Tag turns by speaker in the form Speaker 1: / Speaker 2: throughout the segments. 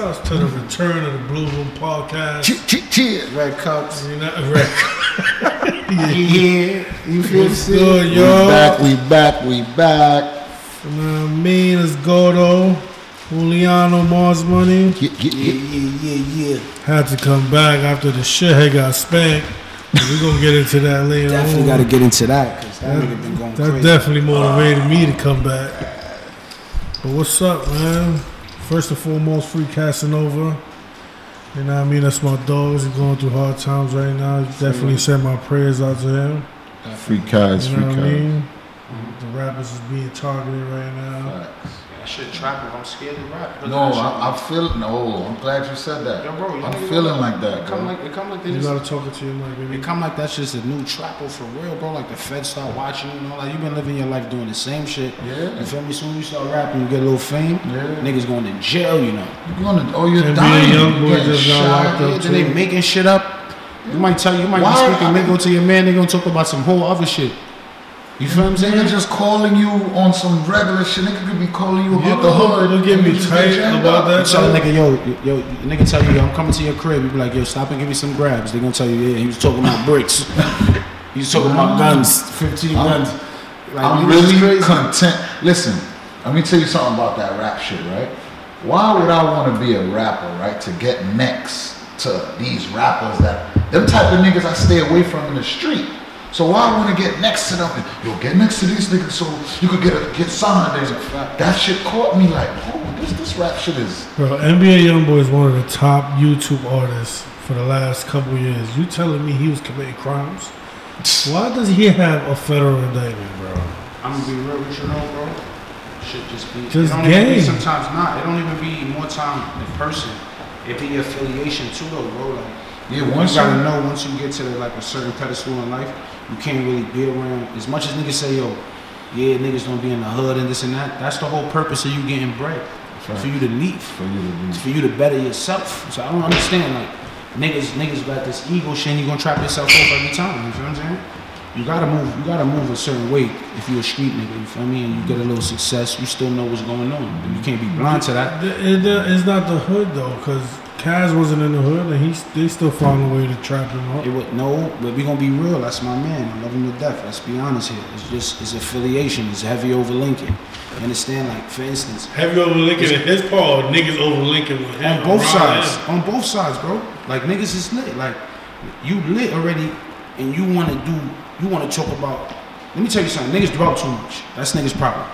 Speaker 1: To the return of the Blue Room Podcast.
Speaker 2: Ch- ch- Cheers.
Speaker 3: Red cups.
Speaker 1: You know, right.
Speaker 3: Yeah. You feel
Speaker 1: What's
Speaker 3: sick?
Speaker 1: good,
Speaker 2: We
Speaker 1: y'all?
Speaker 2: back, we back, we back.
Speaker 1: You know what I mean? It's Gordo, Juliano, Mars Money.
Speaker 2: Get, get,
Speaker 3: Yeah,
Speaker 2: get.
Speaker 3: yeah, yeah, yeah.
Speaker 1: Had to come back after the shit had got spanked. We're going to get into that later
Speaker 3: Definitely
Speaker 1: on.
Speaker 3: got to get into that because that nigga been going
Speaker 1: that
Speaker 3: crazy.
Speaker 1: definitely motivated me to come back. But what's up, man? First and foremost, Free Casanova. You know what I mean? That's my dogs. He's going through hard times right now. Definitely send my prayers out to him.
Speaker 2: Free cards,
Speaker 1: You
Speaker 2: free
Speaker 1: know what I
Speaker 2: cards.
Speaker 1: mean? The rappers is being targeted right now.
Speaker 2: Facts.
Speaker 4: That shit trapping. I'm scared to rap.
Speaker 2: No, I, I feel no. I'm glad you said that.
Speaker 4: Yo, bro, you
Speaker 2: I'm
Speaker 4: niggas-
Speaker 2: feeling like
Speaker 4: it
Speaker 2: that,
Speaker 4: come
Speaker 2: bro.
Speaker 4: like it come like they
Speaker 1: You
Speaker 4: just
Speaker 1: gotta talk it to your mic,
Speaker 4: it
Speaker 1: baby.
Speaker 4: come like that's just a new trapper for real, bro. Like the feds start watching you, know, like you've been living your life doing the same shit.
Speaker 2: Yeah.
Speaker 4: You feel me? Soon you start rapping, you get a little fame.
Speaker 2: Yeah.
Speaker 4: Niggas going to jail, you know.
Speaker 2: You're gonna, oh, you're
Speaker 1: NBA
Speaker 2: dying.
Speaker 1: young boy
Speaker 2: You're getting
Speaker 1: just got
Speaker 2: shot.
Speaker 1: locked up.
Speaker 4: Yeah, then they
Speaker 1: too.
Speaker 4: making shit up. You might tell you might
Speaker 2: Why-
Speaker 4: be speaking lingo to your man. They gonna talk about some whole other shit. You feel what I'm
Speaker 2: Nigga
Speaker 4: saying?
Speaker 2: just calling you on some regular shit. Nigga could be calling you
Speaker 1: You
Speaker 2: about the
Speaker 1: know,
Speaker 2: hood.
Speaker 1: don't get
Speaker 2: and
Speaker 1: me
Speaker 2: you just
Speaker 1: tight
Speaker 2: jammed
Speaker 1: about
Speaker 2: up.
Speaker 1: that.
Speaker 4: You tell a nigga, yo, yo, yo, nigga tell you, yo, I'm coming to your crib. You be like, yo, stop and give me some grabs. They gonna tell you, yeah, he was talking about bricks. he was talking about guns, 15
Speaker 2: I'm-
Speaker 4: guns. Like,
Speaker 2: I'm
Speaker 4: niggas is
Speaker 2: really
Speaker 4: crazy.
Speaker 2: content. Listen, let me tell you something about that rap shit, right? Why would I want to be a rapper, right? To get next to these rappers that them type of niggas I stay away from in the street. So why I want to get next to them? Yo, get next to these niggas so you could get a, get signed. And that shit caught me like, oh, this this rap shit is.
Speaker 1: Bro, NBA Youngboy is one of the top YouTube artists for the last couple years. You telling me he was committing crimes? Why does he have a federal indictment, bro?
Speaker 4: I'm gonna be real with you, though, bro. Shit just be.
Speaker 1: Just
Speaker 4: it don't even
Speaker 1: game.
Speaker 4: be sometimes not. It don't even be more time in person. It be affiliation too, though, bro. Like,
Speaker 2: Yeah,
Speaker 4: once you gotta know once you get to the, like a certain pedestal in life, you can't really be around. As much as niggas say, yo, yeah, niggas don't be in the hood and this and that. That's the whole purpose of you getting bread, for you to leave
Speaker 2: for you to be.
Speaker 4: for you to better yourself. So I don't understand, like, niggas, niggas got this ego shit, and you gonna trap yourself up every time, you feel what I'm saying? You gotta move, you gotta move a certain way if you're a street nigga, you feel me? And you get a little success, you still know what's going on. You can't be blind to that.
Speaker 1: Th- it- uh, It's not the hood though, because Kaz wasn't in the hood, and he they still found a way to trap him
Speaker 4: It
Speaker 1: up.
Speaker 4: would, no, but we gonna be real, that's my man, I love him to death, let's be honest here. It's just, it's affiliation, it's heavy over Lincoln. You understand, like, for instance,
Speaker 1: Have you over Lincoln in his paw? Niggas over Lincoln with
Speaker 4: on both sides. On both sides, bro. Like niggas is lit. Like you lit already, and you want to do. You want to talk about. Let me tell you something. Niggas dwell too much. That's niggas' problem.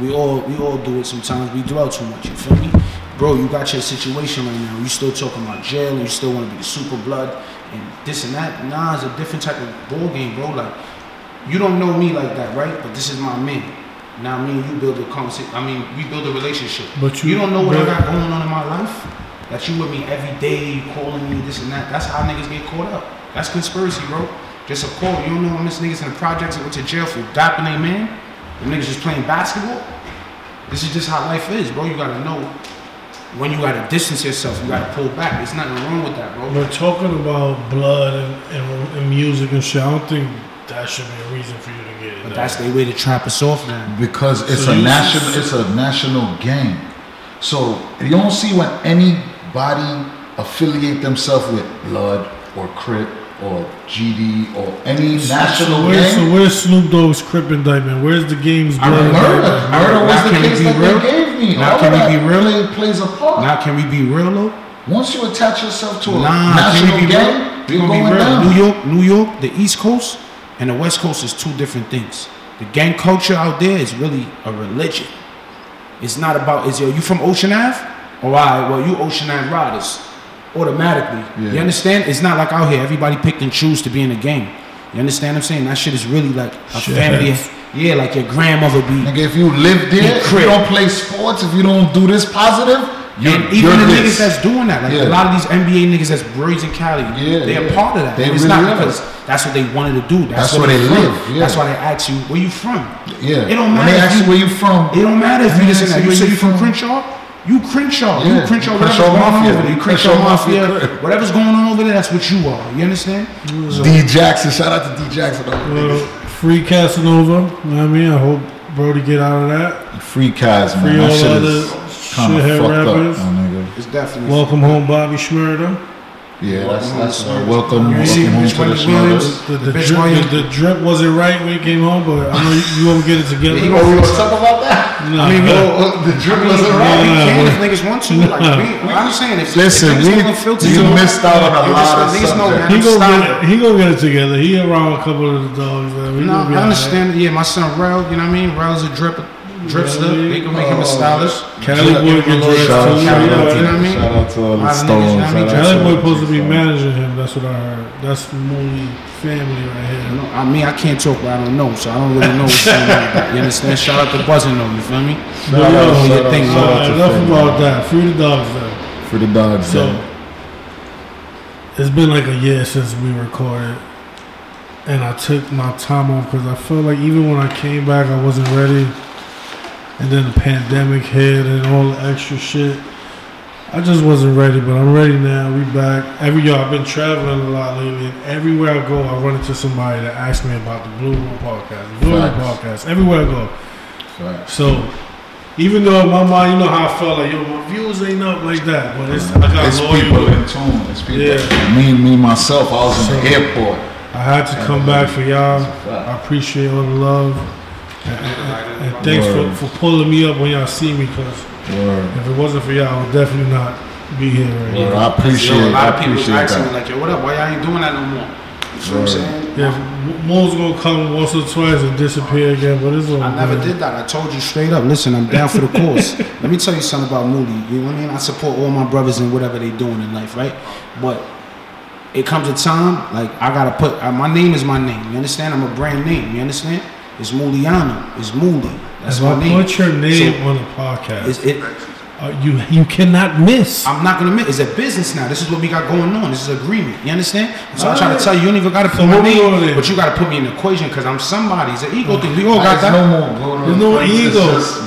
Speaker 4: We all we all do it sometimes. We dwell too much. You feel me, bro? You got your situation right now. You still talking about jail, and you still want to be the super blood and this and that. Nah, it's a different type of ball game, bro. Like you don't know me like that, right? But this is my man. Now me and you build a conversation. I mean, we build a relationship.
Speaker 1: But you-
Speaker 4: you don't know what I
Speaker 1: but-
Speaker 4: got going on in my life. That you with me every day, you calling me this and that. That's how niggas get caught up. That's conspiracy, bro. Just a call. You don't know how much niggas in the projects that went to jail for dapping they man. Them niggas just playing basketball. This is just how life is, bro. You gotta know when you gotta distance yourself. You gotta pull back. There's nothing wrong with that, bro.
Speaker 1: We're talking about blood and, and, and music and shit. I don't think that should be a reason for you to get it.
Speaker 4: But
Speaker 1: though.
Speaker 4: that's the way to trap us off, man.
Speaker 2: because it's
Speaker 1: So
Speaker 2: a
Speaker 1: you-
Speaker 2: national it's a national game. So you don't see when anybody affiliate themselves with Blood or Crip or GD or any national
Speaker 1: So where's, so
Speaker 2: game.
Speaker 1: where's Snoop Dogg's Crip indictment? Where's the game's
Speaker 4: I
Speaker 1: blood?
Speaker 4: remember-
Speaker 2: Murder,
Speaker 1: indictment?
Speaker 2: murder was
Speaker 4: Now
Speaker 2: the
Speaker 4: can we
Speaker 2: case
Speaker 4: be
Speaker 2: that
Speaker 4: real?
Speaker 2: they gave me.
Speaker 4: Now
Speaker 2: All
Speaker 4: can we
Speaker 2: that
Speaker 4: be real?
Speaker 2: really plays a part.
Speaker 4: Now can we be real though?
Speaker 2: Once you attach yourself to a
Speaker 4: Nah,
Speaker 2: national
Speaker 4: can we be real?
Speaker 2: game,
Speaker 4: We
Speaker 2: you're
Speaker 4: gonna be
Speaker 2: going
Speaker 4: real.
Speaker 2: down.
Speaker 4: New York, New York, the East Coast and the West Coast is two different things. The gang culture out there is really a religion. It's not about is yo, you from Ocean Ave? All right, well you Ocean Ave riders automatically. You
Speaker 2: Yeah.
Speaker 4: understand? It's not like out here everybody picked and choose to be in a gang. You understand what I'm saying? That shit is really like a
Speaker 1: Shit.
Speaker 4: family. Yeah, like your grandmother be
Speaker 2: Nigga, if you live there, if you
Speaker 4: Crip.
Speaker 2: don't play sports, if you don't do this positive, you're,
Speaker 4: and even
Speaker 2: you're
Speaker 4: the
Speaker 2: this.
Speaker 4: niggas that's doing that, like
Speaker 2: Yeah.
Speaker 4: a lot of these NBA niggas that's braids in Cali,
Speaker 2: Yeah,
Speaker 4: they are
Speaker 2: yeah.
Speaker 4: part of that.
Speaker 2: They
Speaker 4: and it's
Speaker 2: really
Speaker 4: not
Speaker 2: are.
Speaker 4: because that's what they wanted to do.
Speaker 2: That's
Speaker 4: That's,
Speaker 2: where
Speaker 4: what
Speaker 2: they
Speaker 4: from.
Speaker 2: live, yeah.
Speaker 4: That's why they ask you, where you from?
Speaker 2: yeah.
Speaker 4: It don't
Speaker 2: When they
Speaker 4: matter.
Speaker 2: ask
Speaker 4: if
Speaker 2: you where you from,
Speaker 4: It don't matter if
Speaker 2: When
Speaker 4: you
Speaker 2: they
Speaker 4: listen.
Speaker 2: ask
Speaker 4: that.
Speaker 2: you
Speaker 4: You
Speaker 2: where
Speaker 4: say
Speaker 2: you
Speaker 4: you from
Speaker 2: from.
Speaker 4: Crenshaw. You Crenshaw.
Speaker 2: Yeah,
Speaker 4: You Crenshaw.
Speaker 2: you
Speaker 4: Whatever's
Speaker 2: Crenshaw
Speaker 4: going on
Speaker 2: Mafia.
Speaker 4: over there.
Speaker 2: You
Speaker 4: You Crenshaw
Speaker 2: Crenshaw
Speaker 4: Mafia.
Speaker 2: Mafia.
Speaker 4: Whatever's going on over there, that's what you are. You understand?
Speaker 2: D Jackson, shout out to D Jackson.
Speaker 1: Well, Uh, free Casanova. You know what I mean, I hope Brody get out of that.
Speaker 2: Free Kaz, man.
Speaker 1: Free
Speaker 2: that
Speaker 1: all
Speaker 2: shit
Speaker 1: other
Speaker 2: is kind
Speaker 1: shithead
Speaker 2: of fucked
Speaker 1: rappers.
Speaker 2: up, my nigga.
Speaker 4: It's definitely
Speaker 1: Welcome home, Bobby Schmurda.
Speaker 2: Yeah, that's,
Speaker 4: Welcome
Speaker 2: that's
Speaker 4: to
Speaker 2: uh,
Speaker 4: the
Speaker 2: welcome,
Speaker 4: You see
Speaker 2: welcome home
Speaker 4: Mitch
Speaker 2: to the
Speaker 4: Williams? Williams?
Speaker 2: Smurfs.
Speaker 1: The, the,
Speaker 4: Bitch,
Speaker 1: drip,
Speaker 4: why you-
Speaker 1: the, the drip wasn't right when he came home, but I know you, you won't get it together.
Speaker 2: You want to talk about that?
Speaker 1: No,
Speaker 4: I mean,
Speaker 1: no.
Speaker 2: Oh, uh,
Speaker 4: well,
Speaker 2: the drip wasn't
Speaker 4: Yeah,
Speaker 2: right.
Speaker 4: we
Speaker 1: yeah,
Speaker 4: can
Speaker 1: yeah.
Speaker 4: if niggas want to. Like, we, I'm saying, if,
Speaker 2: Listen,
Speaker 4: if niggas
Speaker 2: we-
Speaker 4: don't wanna filter
Speaker 2: we
Speaker 4: to it,
Speaker 2: missed out on a
Speaker 4: niggas-
Speaker 2: lot of
Speaker 4: niggas know
Speaker 2: subject.
Speaker 4: that
Speaker 1: He gonna
Speaker 4: I'm stop.
Speaker 1: get it. He gonna get it together. He around a couple of the dogs. Man. We
Speaker 4: No,
Speaker 1: gonna be
Speaker 4: I
Speaker 1: all
Speaker 4: understand. Yeah, my son Rel, you know what I mean? Rel's a drip, dripster.
Speaker 1: Yeah.
Speaker 4: They can make him
Speaker 2: Oh.
Speaker 4: a stylist.
Speaker 1: Right. Cali boy
Speaker 4: Give him
Speaker 1: can
Speaker 4: a
Speaker 1: dress
Speaker 4: little
Speaker 2: Shout
Speaker 1: too.
Speaker 2: out,
Speaker 4: Shout
Speaker 2: shout
Speaker 4: out
Speaker 2: out
Speaker 4: to-
Speaker 1: you know what
Speaker 2: to
Speaker 1: I mean?
Speaker 2: shout out to all the
Speaker 4: Lot of niggas, you know what I mean?
Speaker 2: stones.
Speaker 1: Cali boy supposed to be managing him. That's what I heard. That's Mooney family right
Speaker 4: I
Speaker 1: here.
Speaker 4: know- I mean, I can't talk, but I don't know, so I don't really know what's going on. with that. You understand? Shout out to Buzzing though, you feel me?
Speaker 1: But yo, so,
Speaker 2: out, shout out, shout out to
Speaker 1: enough
Speaker 2: family.
Speaker 1: about that. Free the dogs though.
Speaker 2: For the dogs,
Speaker 1: So
Speaker 2: though.
Speaker 1: it's been like a year since we recorded, and I took my time off because I felt like even when I came back, I wasn't ready. And then the pandemic hit and all the extra shit. I just wasn't ready, but I'm ready now. We back. Every year I've been traveling a lot lately, and everywhere I go, I run into somebody that asks me about the Blue Room podcast. The Blue Room
Speaker 2: Facts.
Speaker 1: podcast. Everywhere I go.
Speaker 2: Right.
Speaker 1: So even though in my mind, you know how I felt like, yo, my views ain't up like that, but it's I got
Speaker 2: It's
Speaker 1: loyal.
Speaker 2: people in tune. It's people.
Speaker 1: Yeah.
Speaker 2: Me, me, myself. I was in the airport.
Speaker 1: I had to come back for y'all.
Speaker 2: That's a fact.
Speaker 1: I appreciate all the love. And, and- and thanks for, for pulling me up when y'all see me, because
Speaker 2: Word.
Speaker 1: if it wasn't for y'all, I would definitely not be here right
Speaker 2: Word.
Speaker 1: now.
Speaker 2: I appreciate.
Speaker 4: Yo, a lot
Speaker 2: I
Speaker 4: of people
Speaker 2: appreciate
Speaker 4: asking me
Speaker 2: that.
Speaker 4: like, yo, what up? Why y'all ain't doing that no more? You see what I'm
Speaker 2: Word.
Speaker 4: saying?
Speaker 1: Yeah, Mo's gonna come once or twice and disappear again, but it's all
Speaker 4: I never
Speaker 1: good.
Speaker 4: did that. I told you straight up. Listen, I'm down for the cause. Let me tell you something about Moody. You know what I mean? I support all my brothers in whatever they doing in life, right? But it comes a time like I gotta put uh, my name is my name. You understand? I'm a brand name. You understand? It's Mooliano. It's Moody. That's
Speaker 1: If
Speaker 4: my
Speaker 1: I
Speaker 4: name.
Speaker 1: put your name
Speaker 4: So,
Speaker 1: on the podcast,
Speaker 4: it's, it,
Speaker 1: uh, you you cannot miss.
Speaker 4: I'm not gonna admit it's a business now. This is what we got going on. This is agreement. You understand? So I'm trying
Speaker 1: Alright.
Speaker 4: to tell you, you don't even gotta put
Speaker 1: So
Speaker 4: my
Speaker 1: what we doing
Speaker 4: name,
Speaker 1: then?
Speaker 4: but you gotta put me in the equation because I'm somebody. It's an ego thing. We all got
Speaker 2: There's
Speaker 4: that.
Speaker 2: no more. Blue Room.
Speaker 1: There's no
Speaker 2: It's
Speaker 1: ego.
Speaker 2: just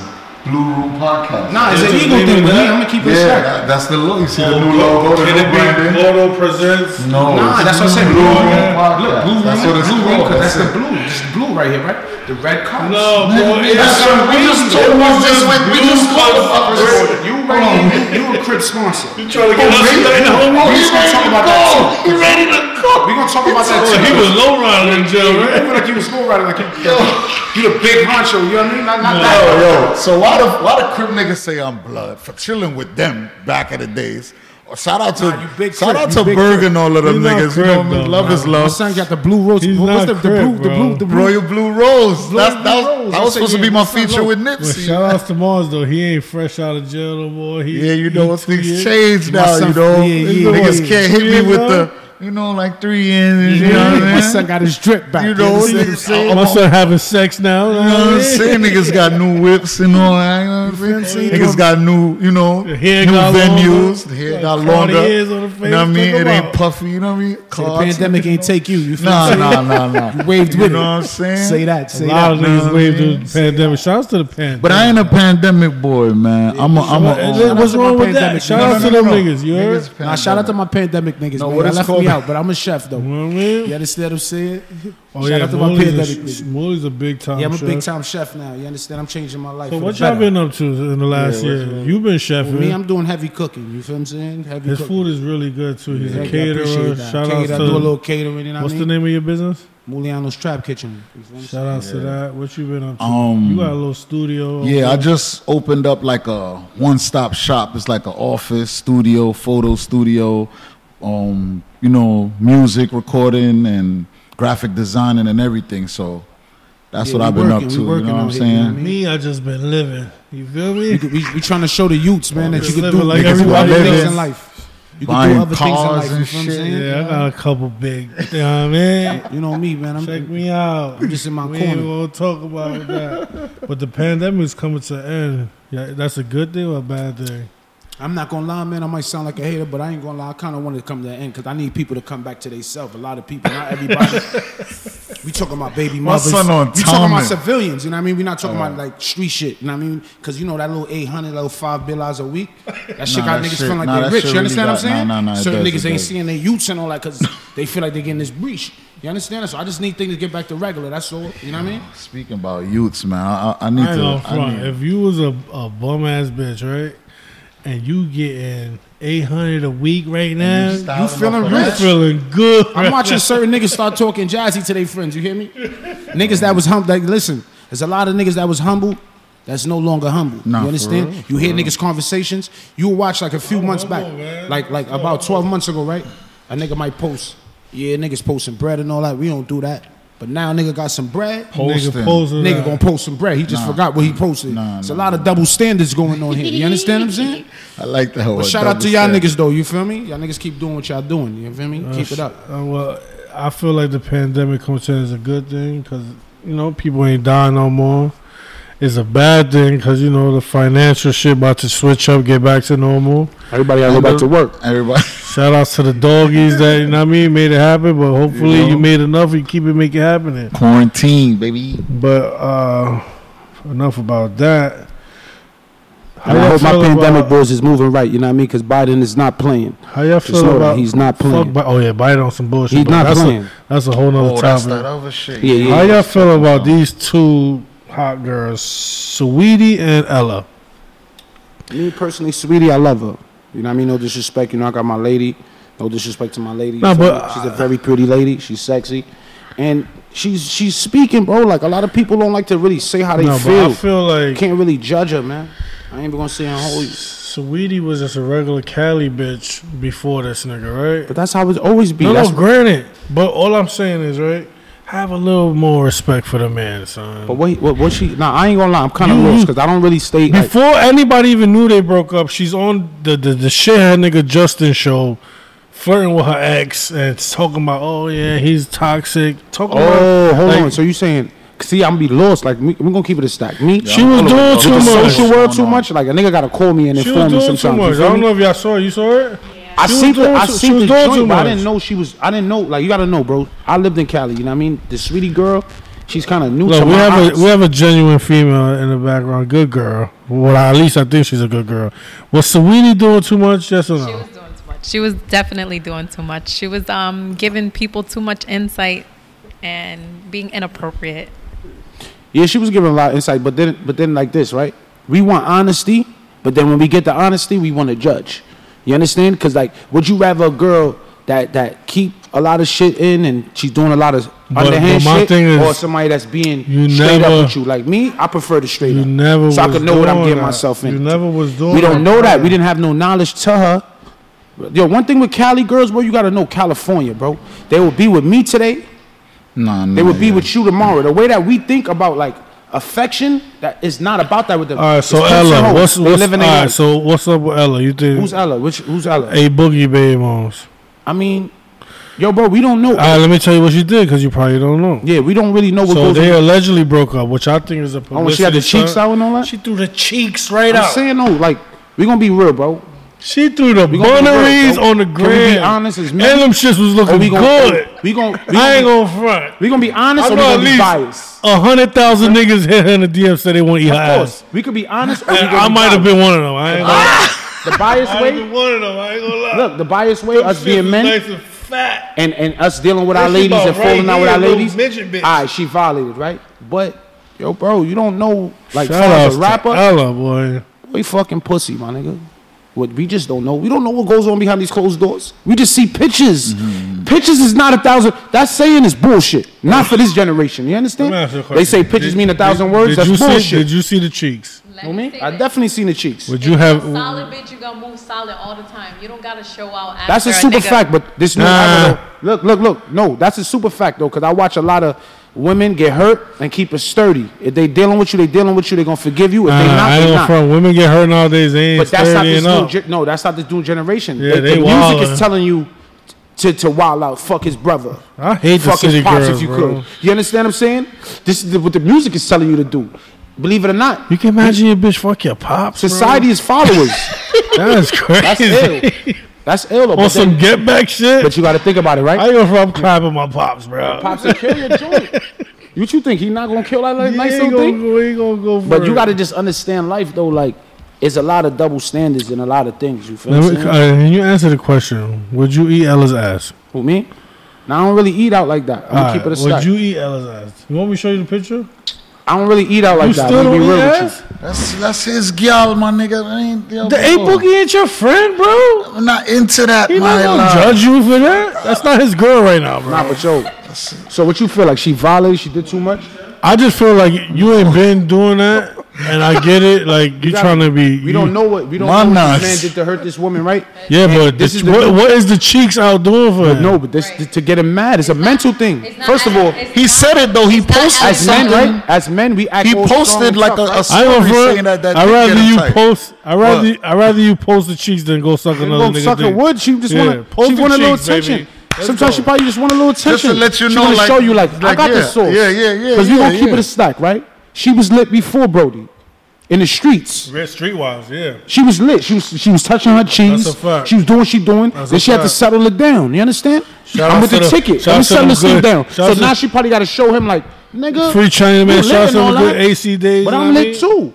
Speaker 2: Blue Room podcast.
Speaker 4: Nah, it's
Speaker 1: It's
Speaker 4: an
Speaker 1: just
Speaker 4: ego
Speaker 1: leave it
Speaker 4: thing. with me.
Speaker 1: at that.
Speaker 4: I'm gonna keep it
Speaker 2: Yeah,
Speaker 4: respect.
Speaker 2: that, that's the logo. You see the
Speaker 1: Can
Speaker 2: new logo, the new
Speaker 1: it be
Speaker 2: branding.
Speaker 1: Auto Presents?
Speaker 2: No, it's
Speaker 4: Nah, Oh, that's what I said.
Speaker 2: Blue
Speaker 4: Blue
Speaker 2: Room
Speaker 4: room.
Speaker 2: podcast.
Speaker 4: Look, blue room.
Speaker 2: That's what it's
Speaker 4: blue room,
Speaker 2: called.
Speaker 4: 'cause that's the
Speaker 2: it.
Speaker 4: blue. This is blue right here, right? The red card.
Speaker 1: No, boy,
Speaker 2: That's
Speaker 1: it's
Speaker 2: what we just told we just went. We just called the fuckers.
Speaker 4: You right here. You, you a crib sponsor.
Speaker 1: You trying to get us in the whole
Speaker 4: We
Speaker 1: world?
Speaker 4: just gonna talk about that too.
Speaker 2: He ready to go.
Speaker 4: We gonna talk about that
Speaker 1: He
Speaker 4: too.
Speaker 1: was low riding in jail,
Speaker 4: You
Speaker 1: right?
Speaker 4: feel like you was school rider, like you, you the big honcho. You know what I mean? Not, not that.
Speaker 2: Yo, yo. So why the why the crib niggas say I'm blood for chilling with them back in the days? Or Shout out to
Speaker 4: Nah, you big
Speaker 2: shout
Speaker 4: crib,
Speaker 2: out
Speaker 4: you
Speaker 2: to
Speaker 4: big
Speaker 2: Berg and all of them
Speaker 1: He's not
Speaker 2: niggas. You
Speaker 1: crib,
Speaker 2: know what I mean?
Speaker 1: though,
Speaker 2: Love is
Speaker 1: man.
Speaker 2: love.
Speaker 4: got the blue rose.
Speaker 1: He's not crib, bro.
Speaker 2: Royal Blue Rose. That's that
Speaker 4: Blue
Speaker 2: was,
Speaker 4: Rose.
Speaker 2: that
Speaker 4: I
Speaker 2: was
Speaker 4: said,
Speaker 2: supposed to
Speaker 4: yeah,
Speaker 2: be my
Speaker 4: what's up,
Speaker 2: feature
Speaker 4: look?
Speaker 2: with
Speaker 1: Well,
Speaker 2: Nipsey.
Speaker 1: shout outs to Mars though. He ain't fresh out of jail no more. He,
Speaker 2: Yeah, you know
Speaker 1: he
Speaker 2: what things
Speaker 1: tweeted.
Speaker 2: change now.
Speaker 4: son-
Speaker 2: You know,
Speaker 4: yeah,
Speaker 1: yeah,
Speaker 2: niggas
Speaker 1: yeah.
Speaker 2: can't hit me
Speaker 1: Yeah,
Speaker 2: with
Speaker 1: bro.
Speaker 2: the you know like three ends. You know what I mean?
Speaker 4: got his drip back.
Speaker 2: You know what I'm
Speaker 1: Oh,
Speaker 2: saying?
Speaker 1: my son having sex now.
Speaker 2: You know what I'm saying? Niggas got new whips and all that. You know what I'm saying? Niggas got new, you know, new
Speaker 1: The hair got
Speaker 2: venues.
Speaker 1: longer.
Speaker 2: The hair
Speaker 1: Like
Speaker 2: got
Speaker 1: Cardi
Speaker 2: longer.
Speaker 1: is on the
Speaker 2: You know what I
Speaker 1: face,
Speaker 2: mean?
Speaker 1: check
Speaker 2: It
Speaker 1: 'em
Speaker 2: ain't
Speaker 1: out.
Speaker 2: puffy. You know what I mean? Cards.
Speaker 4: ain't take you. You feel
Speaker 2: Nah, nah, nah, nah. You
Speaker 4: waved with it.
Speaker 2: know what I'm saying?
Speaker 4: that.
Speaker 1: A lot of
Speaker 2: that, know
Speaker 1: niggas
Speaker 2: what
Speaker 1: waved
Speaker 2: I mean?
Speaker 1: through the pandemic. Shout outs to the pandemic.
Speaker 2: But I ain't a pandemic boy, man. I'm a, I'm a.
Speaker 1: What-
Speaker 2: own-
Speaker 1: What's
Speaker 4: out to
Speaker 1: wrong
Speaker 4: my
Speaker 1: with that?
Speaker 4: pandemic.
Speaker 1: Shout
Speaker 4: No,
Speaker 1: outs
Speaker 2: no,
Speaker 1: to them
Speaker 2: no, no.
Speaker 1: niggas. You heard?
Speaker 2: Niggas
Speaker 4: Nah, shout out to my pandemic niggas,
Speaker 2: No,
Speaker 4: man.
Speaker 2: what
Speaker 4: Y'all
Speaker 2: is
Speaker 4: left
Speaker 2: called-
Speaker 4: me out, but I'm a chef though.
Speaker 1: You know what I mean?
Speaker 4: You understand what I'm saying?
Speaker 1: Oh
Speaker 4: shout
Speaker 1: yeah,
Speaker 4: out to my
Speaker 1: Molly's
Speaker 4: pandemic
Speaker 1: a,
Speaker 4: niggas.
Speaker 1: Molly's a big time.
Speaker 4: Yeah, I'm a
Speaker 1: chef.
Speaker 4: big time chef now. You understand? I'm changing my life.
Speaker 1: So
Speaker 4: for
Speaker 1: what
Speaker 4: the
Speaker 1: y'all
Speaker 4: better.
Speaker 1: been up to in the last year? You've been chefing.
Speaker 4: Me, I'm doing heavy cooking. You feel what I'm saying? Heavy
Speaker 1: His
Speaker 4: cooking.
Speaker 1: food is really good too. He's
Speaker 4: Thank
Speaker 1: a
Speaker 4: you, I appreciate
Speaker 1: caterer.
Speaker 4: that.
Speaker 1: Shout
Speaker 4: Caterer,
Speaker 1: outs
Speaker 4: I do a
Speaker 1: to
Speaker 4: little catering. You know
Speaker 1: what's
Speaker 4: what
Speaker 1: the
Speaker 4: I mean?
Speaker 1: name of your business?
Speaker 4: Muliano's Trap Kitchen. You feel what I'm saying?
Speaker 1: Shout outs to that. What you been up to?
Speaker 2: Um,
Speaker 1: you got a little studio.
Speaker 2: Yeah, I just opened up like a one-stop shop. It's like an office, studio, photo studio, um, you know, music recording and graphic designing and everything. So that's
Speaker 4: Yeah,
Speaker 2: what
Speaker 4: we
Speaker 2: I've been
Speaker 4: working,
Speaker 2: up
Speaker 4: we
Speaker 2: to. You
Speaker 4: working
Speaker 2: know what I'm
Speaker 4: out here, you know what I
Speaker 2: saying?
Speaker 4: mean?
Speaker 1: Me, I just been living. You feel me?
Speaker 4: We, we, we trying to show the youths, man, that
Speaker 1: Just
Speaker 4: you can
Speaker 1: living
Speaker 4: do
Speaker 1: like
Speaker 4: you can do
Speaker 2: everybody
Speaker 4: other things
Speaker 2: lives.
Speaker 4: in life. You can
Speaker 2: Buying
Speaker 4: do other things in
Speaker 2: cars
Speaker 4: life. You
Speaker 2: and
Speaker 4: feel what I'm
Speaker 2: shit,
Speaker 4: saying?
Speaker 1: yeah, I got a couple big. You know what I mean?
Speaker 4: You know me, man. I'm
Speaker 1: Check me out.
Speaker 4: I'm just in my
Speaker 1: we
Speaker 4: corner.
Speaker 1: ain't gonna talk about that. But the pandemic's coming to an end. Yeah, that's a good thing or a bad thing?
Speaker 4: I'm not gonna lie, man. I might sound like a hater, but I ain't gonna lie. I kind of wanted to come to the end because I need people to come back to themselves. A lot of people, not everybody. we talking about baby
Speaker 2: My
Speaker 4: mothers.
Speaker 2: son on
Speaker 4: we talking
Speaker 2: Tommy. Oh.
Speaker 4: about civilians. You know what I mean? We're not talking about like street shit. You know what I mean? Because you know that little 800, little five billions a week. That shit got
Speaker 2: that
Speaker 4: niggas
Speaker 2: shit-
Speaker 4: feeling like
Speaker 2: nah,
Speaker 4: they're
Speaker 2: that
Speaker 4: rich.
Speaker 2: shit
Speaker 4: You understand
Speaker 2: really
Speaker 4: what I'm
Speaker 2: got-
Speaker 4: saying?
Speaker 2: nah, nah, nah, it
Speaker 4: Certain
Speaker 2: does, it
Speaker 4: niggas ain't
Speaker 2: does.
Speaker 4: seeing their youths and all that because they feel like they're getting this breach. You understand? So I just need things to get back to regular. That's all. You know what I mean?
Speaker 2: Speaking about youths, man, I, I I need
Speaker 1: I ain't
Speaker 2: to.
Speaker 1: gonna
Speaker 2: I
Speaker 1: front.
Speaker 2: need-
Speaker 1: If you was a, a bum ass bitch, right? and you getting eight hundred a week right now, you
Speaker 2: styling
Speaker 3: feeling
Speaker 2: up for
Speaker 3: rich?
Speaker 2: that.
Speaker 1: feeling good.
Speaker 5: I'm
Speaker 1: right
Speaker 5: watching
Speaker 1: now.
Speaker 5: certain niggas start talking jazzy to their friends. You hear me? niggas that was humble. Like, listen, there's a lot of niggas that was humble. That's no longer humble.
Speaker 2: Nah,
Speaker 5: you
Speaker 2: for
Speaker 5: understand? you hear niggas' conversations. You watch like a few months
Speaker 1: on,
Speaker 5: back,
Speaker 1: man.
Speaker 5: like like about 12 months ago, right? A nigga might post, yeah, niggas posting bread and all that. We don't do that. But now nigga got some bread.
Speaker 1: Nigga
Speaker 2: Posting.
Speaker 1: posting.
Speaker 5: Nigga
Speaker 1: that.
Speaker 5: gonna post some bread. He just forgot what he posted.
Speaker 2: Nah,
Speaker 5: it's a
Speaker 2: nah,
Speaker 5: lot of double standards going on here. You understand what I'm saying?
Speaker 2: I like that.
Speaker 5: But
Speaker 2: word,
Speaker 5: shout out
Speaker 2: double
Speaker 5: to y'all
Speaker 2: step.
Speaker 5: niggas though. You feel me? Y'all niggas keep doing what y'all doing. You feel me? Keep it up.
Speaker 1: Uh, well, I feel like the pandemic comes in as a good thing because you know people ain't dying no more. It's a bad thing because you know the financial shit about to switch up, get back to normal.
Speaker 4: Everybody gotta go back to work.
Speaker 2: Everybody,
Speaker 1: Shout outs to the doggies that you know what I mean made it happen, but hopefully you,
Speaker 2: You know.
Speaker 1: made enough and keep it make it happening.
Speaker 2: quarantine, baby.
Speaker 1: But uh enough about that. How
Speaker 4: And I
Speaker 1: y'all
Speaker 4: hope my
Speaker 1: feel
Speaker 4: pandemic
Speaker 1: about-
Speaker 4: boys is moving right. You know what I mean? Because Biden is not playing.
Speaker 1: How y'all feel
Speaker 4: Snowden,
Speaker 1: about?
Speaker 4: he's not
Speaker 1: fuck
Speaker 4: playing.
Speaker 1: Bi- oh yeah, Biden on some bullshit.
Speaker 4: He's
Speaker 1: but
Speaker 4: not
Speaker 1: that's
Speaker 4: playing.
Speaker 1: A, that's a whole nother
Speaker 2: Oh, that's
Speaker 1: topic.
Speaker 2: that other shit.
Speaker 4: Yeah, yeah.
Speaker 1: How y'all feel about these two hot girls, Sweetie and Ella?
Speaker 4: Me personally, sweetie, I love her. You know what I mean? No disrespect. You know, I got my lady. No disrespect to my lady.
Speaker 1: Nah,
Speaker 4: You feel
Speaker 1: but-
Speaker 4: me? she's a very pretty lady. She's sexy, and she's she's speaking, bro. Like a lot of people don't like to really say how they
Speaker 1: no, but
Speaker 4: feel.
Speaker 1: I feel like
Speaker 4: Can't really judge her, man. I ain't even gonna say how old.
Speaker 1: Sweetie was just a regular Cali bitch before this nigga, right?
Speaker 4: But that's how it's always be.
Speaker 1: No,
Speaker 4: That's-
Speaker 1: no, granted. But all I'm saying is, right, have a little more respect for the man, son.
Speaker 4: but what, what what she? Nah, I ain't gonna lie. I'm kind of
Speaker 1: You-
Speaker 4: lost because I don't really stay. Like,
Speaker 1: Before anybody even knew they broke up, she's on the the, the shithead nigga Justin show, flirting with her ex and talking about, oh yeah, he's toxic. Talking
Speaker 4: oh,
Speaker 1: about,
Speaker 4: hold
Speaker 1: like,
Speaker 4: on. So you saying? See, I'm gonna be lost. Like we, we gonna keep it a stack. Me,
Speaker 1: She was doing
Speaker 4: with the
Speaker 1: too much.
Speaker 4: social world too
Speaker 2: Going on.
Speaker 4: much. Like a nigga gotta call me and
Speaker 1: She
Speaker 4: inform
Speaker 1: was
Speaker 4: me
Speaker 1: doing
Speaker 4: sometimes.
Speaker 1: too
Speaker 4: you
Speaker 1: much. I
Speaker 4: feel
Speaker 1: don't
Speaker 4: me?
Speaker 1: know if y'all saw it. You saw it?
Speaker 4: I
Speaker 1: She was
Speaker 4: seen the,
Speaker 1: doing
Speaker 4: I
Speaker 1: too-
Speaker 4: seen
Speaker 1: she
Speaker 4: the
Speaker 1: was doing
Speaker 4: joint,
Speaker 1: too
Speaker 4: but I
Speaker 1: much.
Speaker 4: didn't know she was. I didn't know. Like you gotta know, bro. I lived in Cali. You know what I mean? The sweetie girl, she's kind of new
Speaker 1: Look,
Speaker 4: to
Speaker 1: we
Speaker 4: my
Speaker 1: have a
Speaker 4: eyes.
Speaker 1: we have a genuine female in the background, good girl. Well, at least I think she's a good girl. Was Saweetie doing too much? Yes or
Speaker 6: She
Speaker 1: no?
Speaker 6: was doing too much. She was definitely doing too much. She was um, giving people too much insight and being inappropriate.
Speaker 4: yeah, she was giving a lot of insight, but then but then like this, right? We want honesty, but then when we get the honesty, we want to judge. You understand? Because like, would you rather a girl that that keep a lot of shit in and she's doing a lot of
Speaker 1: But-
Speaker 4: underhand
Speaker 1: but my
Speaker 4: shit,
Speaker 1: thing is,
Speaker 4: or somebody that's being
Speaker 1: you
Speaker 4: straight
Speaker 1: never-
Speaker 4: up with you? Like me, I prefer the straight
Speaker 1: You
Speaker 4: up,
Speaker 1: never.
Speaker 4: so I
Speaker 1: was
Speaker 4: could know what I'm
Speaker 1: doing
Speaker 4: getting
Speaker 1: that.
Speaker 4: myself into.
Speaker 1: You never was doing.
Speaker 4: We don't
Speaker 1: that.
Speaker 4: know that. We didn't have no knowledge to her. Yo, one thing with Cali girls, bro, you gotta know California, bro. They will be with me today.
Speaker 2: Nah, nah.
Speaker 4: They will be
Speaker 2: yeah.
Speaker 4: with you tomorrow. The way that we think about like affection, that is not about that with them.
Speaker 1: All right, so
Speaker 4: It's pimps and
Speaker 1: Ella,
Speaker 4: hoes.
Speaker 1: what's
Speaker 4: They
Speaker 1: what's all
Speaker 4: living their
Speaker 1: right,
Speaker 4: life.
Speaker 1: so what's up with Ella? You think
Speaker 4: Who's Ella? Which who's Ella?
Speaker 1: a boogie baby moms?
Speaker 4: I mean, yo, bro, we don't know.
Speaker 1: All right, let me tell you what she did because you probably don't know.
Speaker 4: yeah, we don't really know what
Speaker 1: So
Speaker 4: goes.
Speaker 1: they
Speaker 4: on.
Speaker 1: allegedly broke up, which I think is a.
Speaker 4: Oh, when she had the
Speaker 1: publicity
Speaker 4: cheeks
Speaker 1: stunt.
Speaker 4: out and all that.
Speaker 1: She threw the cheeks right
Speaker 4: I'm
Speaker 1: out.
Speaker 4: saying no, like we gonna be real, bro.
Speaker 1: She threw the
Speaker 4: We gonna be real,
Speaker 1: bunneries
Speaker 4: bro.
Speaker 1: on the
Speaker 4: Can
Speaker 1: grid.
Speaker 4: we be honest? It's me.
Speaker 1: And them shits was
Speaker 4: Or
Speaker 1: looking
Speaker 4: we gonna
Speaker 1: good.
Speaker 4: we gonna we
Speaker 1: I ain't
Speaker 4: gonna,
Speaker 1: gonna front.
Speaker 4: we gonna be
Speaker 1: I
Speaker 4: honest or we
Speaker 1: know at
Speaker 4: gonna be
Speaker 1: least
Speaker 4: biased.
Speaker 1: A hundred thousand niggas hit her in the DM said they want to eat her
Speaker 4: Of course,
Speaker 1: ass.
Speaker 4: we could be honest. Or we
Speaker 1: And
Speaker 4: could
Speaker 1: I
Speaker 4: be
Speaker 1: might have
Speaker 4: biased.
Speaker 1: been one of them. I ain't gonna,
Speaker 4: the biased
Speaker 1: I
Speaker 4: way.
Speaker 1: been one of them. I ain't gonna lie.
Speaker 4: Look, the biased way, us
Speaker 1: Shit
Speaker 4: being
Speaker 1: was
Speaker 4: men,
Speaker 1: nice and fat.
Speaker 4: and, and us dealing with
Speaker 1: That
Speaker 4: our
Speaker 1: shit
Speaker 4: ladies
Speaker 1: about
Speaker 4: and falling
Speaker 1: right
Speaker 4: out with our
Speaker 1: here, little
Speaker 4: ladies.
Speaker 1: midget bitch.
Speaker 4: Alright, she violated, right? But yo, bro, you don't know like
Speaker 1: Shout
Speaker 4: far
Speaker 1: out
Speaker 4: as
Speaker 1: to
Speaker 4: a rapper,
Speaker 1: Ella, boy.
Speaker 4: we fucking pussy, my nigga. What we just don't know. We don't know what goes on behind these closed doors. We just see pictures.
Speaker 1: Mm-hmm.
Speaker 4: Pictures is not a thousand. That saying is bullshit. Not for this generation. You
Speaker 1: Let me ask you a
Speaker 4: understand?
Speaker 1: question.
Speaker 4: They say pictures
Speaker 1: Did-
Speaker 4: mean a thousand
Speaker 1: did-
Speaker 4: words.
Speaker 1: Did
Speaker 4: That's
Speaker 1: you
Speaker 4: bullshit.
Speaker 1: See, did you see the cheeks?
Speaker 4: You know what I mean? I definitely seen the cheeks.
Speaker 1: Would you have?
Speaker 6: solid bitch, you gonna move solid all the time. You don't gotta show out. After
Speaker 4: That's a super
Speaker 6: nigga.
Speaker 4: fact, but this new
Speaker 1: Nah.
Speaker 4: I don't know. look, look, look. No, that's a super fact though, because I watch a lot of women get hurt and keep it sturdy. If they dealing with you, they dealing with you. They gonna forgive you. If
Speaker 1: Nah,
Speaker 4: they not,
Speaker 1: I ain't
Speaker 4: they
Speaker 1: gonna
Speaker 4: not.
Speaker 1: front. Women get hurt nowadays. They ain't
Speaker 4: But that's not
Speaker 1: sturdy
Speaker 4: this new.
Speaker 1: enough.
Speaker 4: Ge- no, that's not this new generation.
Speaker 1: Yeah,
Speaker 4: The-
Speaker 1: they
Speaker 4: the music
Speaker 1: wildin'.
Speaker 4: is telling you to to wild out, fuck his brother.
Speaker 1: I hate the
Speaker 4: Fuck his
Speaker 1: city
Speaker 4: pops
Speaker 1: girls,
Speaker 4: if you
Speaker 1: bro.
Speaker 4: could. You understand what I'm saying? This is the, what the music is telling you to do. Believe it or not,
Speaker 1: You can imagine your bitch fuck your pops. bro?
Speaker 4: society is followers.
Speaker 1: That's crazy.
Speaker 4: That's ill. That's ill. though,
Speaker 1: On
Speaker 4: But,
Speaker 1: some
Speaker 4: then,
Speaker 1: get back shit.
Speaker 4: but you got to think about it, right?
Speaker 1: I ain't gonna front. I'm clapping my pops, bro.
Speaker 4: Pops and kill your joint. What you think? He not gonna kill that li- nice
Speaker 1: he ain't
Speaker 4: little
Speaker 1: gonna,
Speaker 4: thing?
Speaker 1: go, he ain't gonna go for
Speaker 4: But you
Speaker 1: it.
Speaker 4: gotta just understand life though. Like, it's a lot of double standards and a lot of things. You feel
Speaker 1: Let me-
Speaker 4: me?
Speaker 1: uh, Can you answer the question? Would you eat Ella's ass?
Speaker 4: Who me? Now I don't really eat out like that. I'm gonna
Speaker 1: Alright,
Speaker 4: keep it a
Speaker 1: Would
Speaker 4: stack.
Speaker 1: you eat Ella's ass? You want me to show you the picture?
Speaker 4: I don't really eat out like
Speaker 1: You
Speaker 4: that.
Speaker 1: still
Speaker 4: I'm gonna
Speaker 1: don't
Speaker 4: be
Speaker 1: eat
Speaker 4: real with
Speaker 1: ass?
Speaker 4: you.
Speaker 2: That's that's his gal, my nigga. I ain't, yo,
Speaker 1: The A Boogie ain't your friend, bro.
Speaker 2: I'm not into that,
Speaker 1: He
Speaker 2: my
Speaker 1: not gonna
Speaker 2: love.
Speaker 1: judge you for that. That's not his girl right now, bro.
Speaker 4: Nah, but yo. So what you feel like? She violated. She did too much.
Speaker 1: I just feel like you ain't been doing that, and I get it. Like you trying to be.
Speaker 4: We don't know what we don't
Speaker 2: My
Speaker 4: know what
Speaker 2: nuts.
Speaker 4: this man did to hurt this woman, right?
Speaker 1: Yeah,
Speaker 4: And
Speaker 1: but
Speaker 4: this
Speaker 1: the-
Speaker 4: is the-
Speaker 1: what, what is the cheeks out doing for? that?
Speaker 4: No, but this to get him mad is a mental thing.
Speaker 7: It's not
Speaker 4: First of
Speaker 7: ele-
Speaker 4: all,
Speaker 7: it's
Speaker 2: He
Speaker 7: not-
Speaker 2: said it though. He
Speaker 7: it's not
Speaker 2: posted
Speaker 4: as
Speaker 7: elevated.
Speaker 4: men,
Speaker 2: something.
Speaker 4: right? As men, we act.
Speaker 2: He
Speaker 4: all strong
Speaker 2: posted
Speaker 4: and
Speaker 2: like
Speaker 4: tough,
Speaker 2: a-
Speaker 4: right?
Speaker 2: a-
Speaker 1: I don't
Speaker 2: Somebody
Speaker 1: for
Speaker 2: saying that that
Speaker 1: I
Speaker 2: dick
Speaker 1: rather
Speaker 2: getting
Speaker 1: you
Speaker 2: tight.
Speaker 1: post. I rather
Speaker 2: What?
Speaker 1: I rather you post the cheeks than go suck
Speaker 4: And
Speaker 1: another
Speaker 4: go
Speaker 1: nigga.
Speaker 4: suck her
Speaker 1: dick.
Speaker 4: wood. She just
Speaker 1: Yeah,
Speaker 4: want
Speaker 1: post
Speaker 4: to. She
Speaker 1: the
Speaker 4: want a little
Speaker 1: cheeks, baby.
Speaker 4: attention.
Speaker 1: Let's
Speaker 4: Sometimes she
Speaker 1: go.
Speaker 4: probably just want a little attention.
Speaker 2: to let you
Speaker 4: she
Speaker 2: know,
Speaker 4: wanna
Speaker 2: like-
Speaker 4: show you like, I
Speaker 2: like,
Speaker 4: got
Speaker 2: yeah,
Speaker 4: the sauce.
Speaker 2: yeah, yeah, yeah,
Speaker 4: Because we
Speaker 2: yeah,
Speaker 4: gonna keep
Speaker 2: yeah.
Speaker 4: it a stack, right? She was lit before Brody, in the streets.
Speaker 1: Red Streetwise, yeah.
Speaker 4: She was lit. She was she was touching her cheese.
Speaker 1: That's a fact.
Speaker 4: She was doing what she doing.
Speaker 1: That's
Speaker 4: then
Speaker 1: a
Speaker 4: she had to
Speaker 1: fact.
Speaker 4: settle it down. You understand?
Speaker 1: Shout
Speaker 4: I'm
Speaker 1: out
Speaker 4: with
Speaker 1: to
Speaker 4: the
Speaker 1: the-
Speaker 4: ticket.
Speaker 1: shout
Speaker 4: Let
Speaker 1: out
Speaker 4: me
Speaker 1: to
Speaker 4: settle
Speaker 1: them
Speaker 4: this thing
Speaker 1: good-
Speaker 4: down.
Speaker 1: shout
Speaker 4: So
Speaker 1: out to-
Speaker 4: now she probably got to show him like, nigga,
Speaker 1: Free China man.
Speaker 4: you lit
Speaker 1: Shout out
Speaker 4: and all
Speaker 1: to the good
Speaker 4: that.
Speaker 1: AC days.
Speaker 4: But
Speaker 1: you know
Speaker 4: I'm
Speaker 1: what I
Speaker 4: lit
Speaker 1: mean?
Speaker 4: too.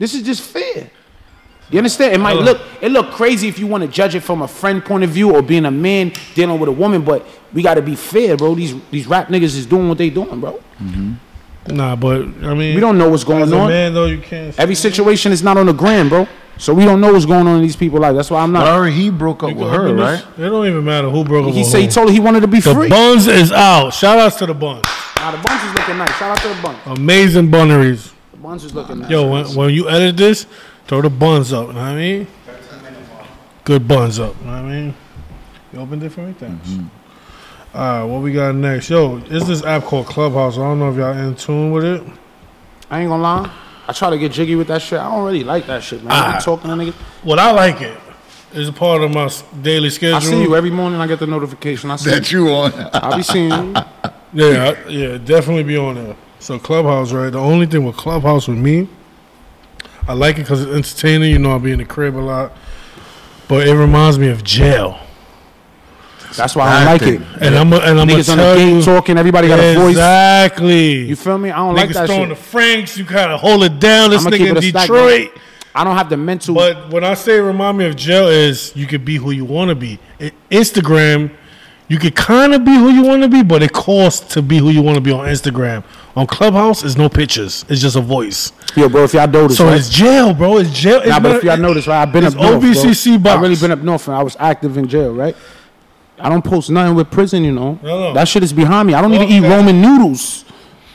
Speaker 4: This is just fair. You understand? It might
Speaker 1: Ugh.
Speaker 4: look it look crazy if you want to judge it from a friend point of view or being a man dealing with a woman, but we gotta be fair, bro. These these rap niggas is doing what they doing, bro.
Speaker 1: Nah, but I mean,
Speaker 4: We don't know what's
Speaker 1: As
Speaker 4: going
Speaker 1: a
Speaker 4: on.
Speaker 1: man though, you can't.
Speaker 4: Every situation is not on the gram, bro. So we don't know what's going on in these people's lives. That's why I'm not.
Speaker 2: Or he broke up with her, right?
Speaker 1: It don't even matter who broke up.
Speaker 4: he
Speaker 1: with
Speaker 4: said he
Speaker 1: who.
Speaker 4: told her he wanted to be
Speaker 1: the
Speaker 4: free.
Speaker 1: buns is out. Shout outs to the buns.
Speaker 4: Now the buns is looking nice. Shout out to the buns.
Speaker 1: Amazing bunneries.
Speaker 4: The buns is looking nice.
Speaker 1: Yo, when, when you edit this, throw the buns up. You know what I mean? Good buns up. You know what I mean? You opened it for me? Thanks.
Speaker 4: Mm-hmm.
Speaker 1: All right, what we got next? Yo, is this app called Clubhouse? I don't know if y'all in tune with it.
Speaker 4: I ain't gonna lie. I try to get jiggy with that shit. I don't really like that shit, man.
Speaker 1: Ah.
Speaker 4: I'm talking to niggas.
Speaker 1: Well, I like it. It's a part of my s- daily schedule.
Speaker 4: I see you every morning. I get the notification. I see. you.
Speaker 2: That you on?
Speaker 4: I be seeing you.
Speaker 1: Yeah, I- yeah, definitely be on there. So Clubhouse, right? The only thing with Clubhouse with me, I like it because it's entertaining. You know, I'll be in the crib a lot, but it reminds me of jail.
Speaker 4: That's why I don't like
Speaker 2: Acting.
Speaker 4: it.
Speaker 1: And I'm a, and I'm gonna
Speaker 4: Niggas on the
Speaker 1: tell
Speaker 4: game
Speaker 1: you
Speaker 4: talking. Everybody got a voice.
Speaker 1: exactly.
Speaker 4: You feel me? I don't
Speaker 1: Niggas
Speaker 4: like that
Speaker 1: throwing
Speaker 4: shit.
Speaker 1: the franks. You gotta hold it down. This
Speaker 4: I'ma keep
Speaker 1: nigga in
Speaker 4: it a stack,
Speaker 1: Detroit.
Speaker 4: man. I don't have the mental.
Speaker 1: But when I say remind me of jail is you could be who you want to be. I- Instagram, you could kind of be who you want to be, but it costs to be who you want to be on Instagram. On Clubhouse, it's no pictures. It's just a voice.
Speaker 4: yo, bro, if y'all notice,
Speaker 1: So
Speaker 4: right?
Speaker 1: it's jail, bro. It's jail. It's
Speaker 4: nah, but
Speaker 1: not-
Speaker 4: if y'all notice, right? I've been up
Speaker 1: it's
Speaker 4: north. bro.
Speaker 1: OBCC box.
Speaker 4: I've really been up north, and I was active in jail, right? I don't post nothing with prison, you know.
Speaker 1: No, no.
Speaker 4: That shit is behind me. I don't even eat
Speaker 1: Okay.
Speaker 4: Roman noodles.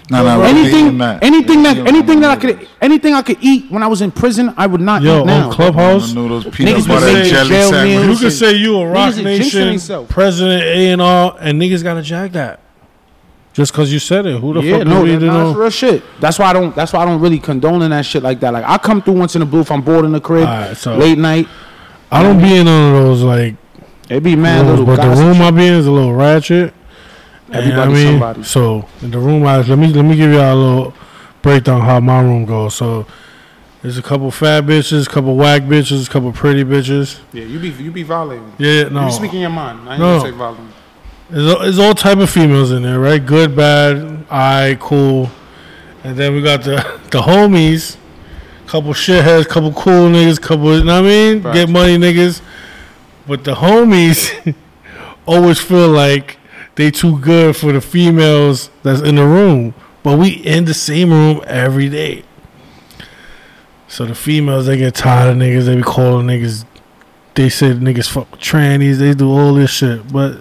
Speaker 2: No, no,
Speaker 4: anything, anything that, anything that I could, anything I could eat when I was in prison, I would not
Speaker 1: Yo,
Speaker 4: eat now.
Speaker 1: on Clubhouse,
Speaker 2: Noodles,
Speaker 4: Niggas
Speaker 2: peanut
Speaker 4: be
Speaker 2: butter,
Speaker 1: saying
Speaker 2: and jelly
Speaker 4: jail
Speaker 1: you
Speaker 4: meals.
Speaker 2: sandwich.
Speaker 1: can say you a Rock
Speaker 4: Niggas is jinxing
Speaker 1: Nation
Speaker 4: themselves.
Speaker 1: president A and R, and niggas gotta jag that just because you said it. Who the
Speaker 4: Yeah,
Speaker 1: fuck
Speaker 4: no,
Speaker 1: you
Speaker 4: that,
Speaker 1: really
Speaker 4: nah,
Speaker 1: know?
Speaker 4: that's real shit. That's why I don't. That's why I don't really condone in that shit like that. Like I come through once in the booth. I'm bored in the crib,
Speaker 1: Alright, so-
Speaker 4: late night.
Speaker 1: I don't be in none of those like
Speaker 4: It be mad
Speaker 1: rooms,
Speaker 4: little
Speaker 1: but the
Speaker 4: gossip
Speaker 1: room
Speaker 4: shit.
Speaker 1: I be in is a little ratchet. And
Speaker 4: Everybody,
Speaker 1: I mean,
Speaker 4: somebody.
Speaker 1: So in the room, I let me let me give y'all a little breakdown how my room goes. So there's a couple fat bitches, couple whack bitches, couple pretty bitches.
Speaker 4: Yeah, you be you be violating.
Speaker 1: Yeah, no,
Speaker 4: You speaking your mind. I ain't
Speaker 1: No.
Speaker 4: gonna say violent.
Speaker 1: There's all, there's all type of females in there, right? Good, bad, I, cool, and then we got the the homies, couple shitheads, couple cool niggas, couple, you know what I mean? Get money niggas, but the homies always feel like they too good for the females that's in the room, but we in the same room every day. So the females they get tired of niggas, they be calling niggas. They said niggas fuck with trannies, they do all this shit, but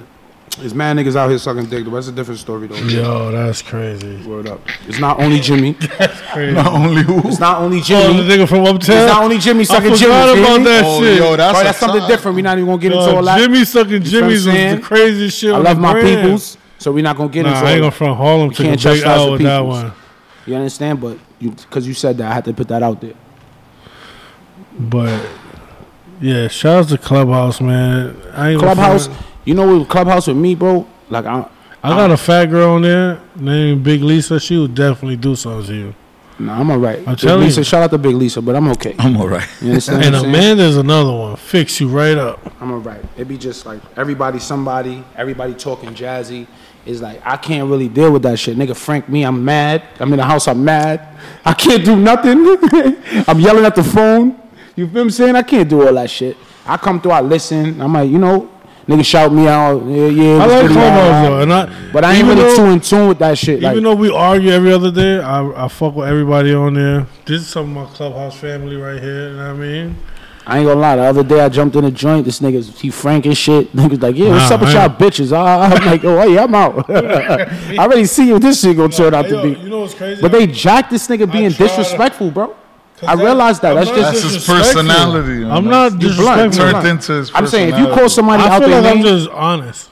Speaker 4: It's mad niggas out here sucking dick. But that's a different story though.
Speaker 1: Yo, that's crazy.
Speaker 4: Word up. It's not only Jimmy.
Speaker 1: crazy.
Speaker 2: Not only who.
Speaker 4: It's not only
Speaker 1: Oh,
Speaker 4: Jimmy.
Speaker 1: the nigga from
Speaker 4: It's
Speaker 1: uptown.
Speaker 4: not only Jimmy
Speaker 1: I
Speaker 4: sucking
Speaker 1: forgot
Speaker 4: Jimmy.
Speaker 1: about that
Speaker 2: Oh,
Speaker 1: shit.
Speaker 2: yo, that's,
Speaker 4: Bro,
Speaker 2: a
Speaker 4: that's something
Speaker 2: sign.
Speaker 4: different. We're not even gonna get into
Speaker 1: Yo,
Speaker 4: all that.
Speaker 1: Uh, Jimmy sucking
Speaker 4: what I'm
Speaker 1: Jimmy's was the
Speaker 4: saying?
Speaker 1: craziest shit.
Speaker 4: I
Speaker 1: on
Speaker 4: love
Speaker 1: the
Speaker 4: my
Speaker 1: brand.
Speaker 4: peoples, so we're not gonna get
Speaker 1: Nah,
Speaker 4: into
Speaker 1: I ain't
Speaker 4: all
Speaker 1: gonna
Speaker 4: that.
Speaker 1: front Harlem took a
Speaker 4: can't
Speaker 1: big
Speaker 4: chastise
Speaker 1: L
Speaker 4: the
Speaker 1: with that
Speaker 4: peoples.
Speaker 1: one.
Speaker 4: You understand? But you, because you said that, I had to put that out there.
Speaker 1: But yeah, shout out to Clubhouse, man. I ain't gonna
Speaker 4: Clubhouse,
Speaker 1: front.
Speaker 4: you know what Clubhouse with me, bro? Like I
Speaker 1: I got a fat girl on there named Big Lisa. She would definitely do something to you.
Speaker 4: nah, I'm alright. Big
Speaker 1: telling
Speaker 4: Lisa,
Speaker 1: you.
Speaker 4: shout out to Big Lisa, but I'm okay.
Speaker 2: I'm all right.
Speaker 4: You understand?
Speaker 1: And
Speaker 4: what I'm saying?
Speaker 1: Amanda's another one. Fix you right up.
Speaker 4: I'm alright. It be just like everybody, somebody, everybody talking jazzy. It's like I can't really deal with that shit, nigga. Frank me, I'm mad. I'm in the house, I'm mad. I can't do nothing. I'm yelling at the phone. You feel what I'm saying? I can't do all that shit. I come through, I listen. I'm like, you know, Niggas shout me out. Yeah, yeah.
Speaker 1: I
Speaker 4: it was
Speaker 1: like
Speaker 4: good, yeah,
Speaker 1: promos
Speaker 4: yeah.
Speaker 1: though, and I.
Speaker 4: But I ain't
Speaker 1: even though-
Speaker 4: really too in tune with that shit. Like,
Speaker 1: Even though we argue every other day, I, I fuck with everybody on there. This is some of my clubhouse family right here. You know what I mean?
Speaker 4: I ain't gonna lie. The other day I jumped in a joint. This nigga's he frank and shit. Niggas like, yeah, what's
Speaker 1: Nah,
Speaker 4: up with
Speaker 1: I
Speaker 4: y'all
Speaker 1: ain't-
Speaker 4: bitches? Ah, I'm like, oh yeah, I'm out. I already see what this shit gonna turn out to
Speaker 1: Yo,
Speaker 4: be.
Speaker 1: You know what's crazy?
Speaker 4: But they jacked this nigga
Speaker 1: tried
Speaker 4: being
Speaker 1: to-
Speaker 4: disrespectful, bro.
Speaker 1: 'Cause
Speaker 4: I realized that.
Speaker 1: I'm
Speaker 4: That's
Speaker 1: not
Speaker 4: just-
Speaker 2: That's his
Speaker 1: disrespectful.
Speaker 2: personality, you
Speaker 1: I'm
Speaker 2: know?
Speaker 1: not
Speaker 4: You blunt.
Speaker 1: disrespectful.
Speaker 4: You're
Speaker 2: Turned
Speaker 4: blunt.
Speaker 2: into his
Speaker 4: I'm saying if you
Speaker 2: personality.
Speaker 4: call somebody
Speaker 1: I
Speaker 4: out
Speaker 1: feel
Speaker 4: there,
Speaker 1: like I'm
Speaker 4: name,
Speaker 1: just honest.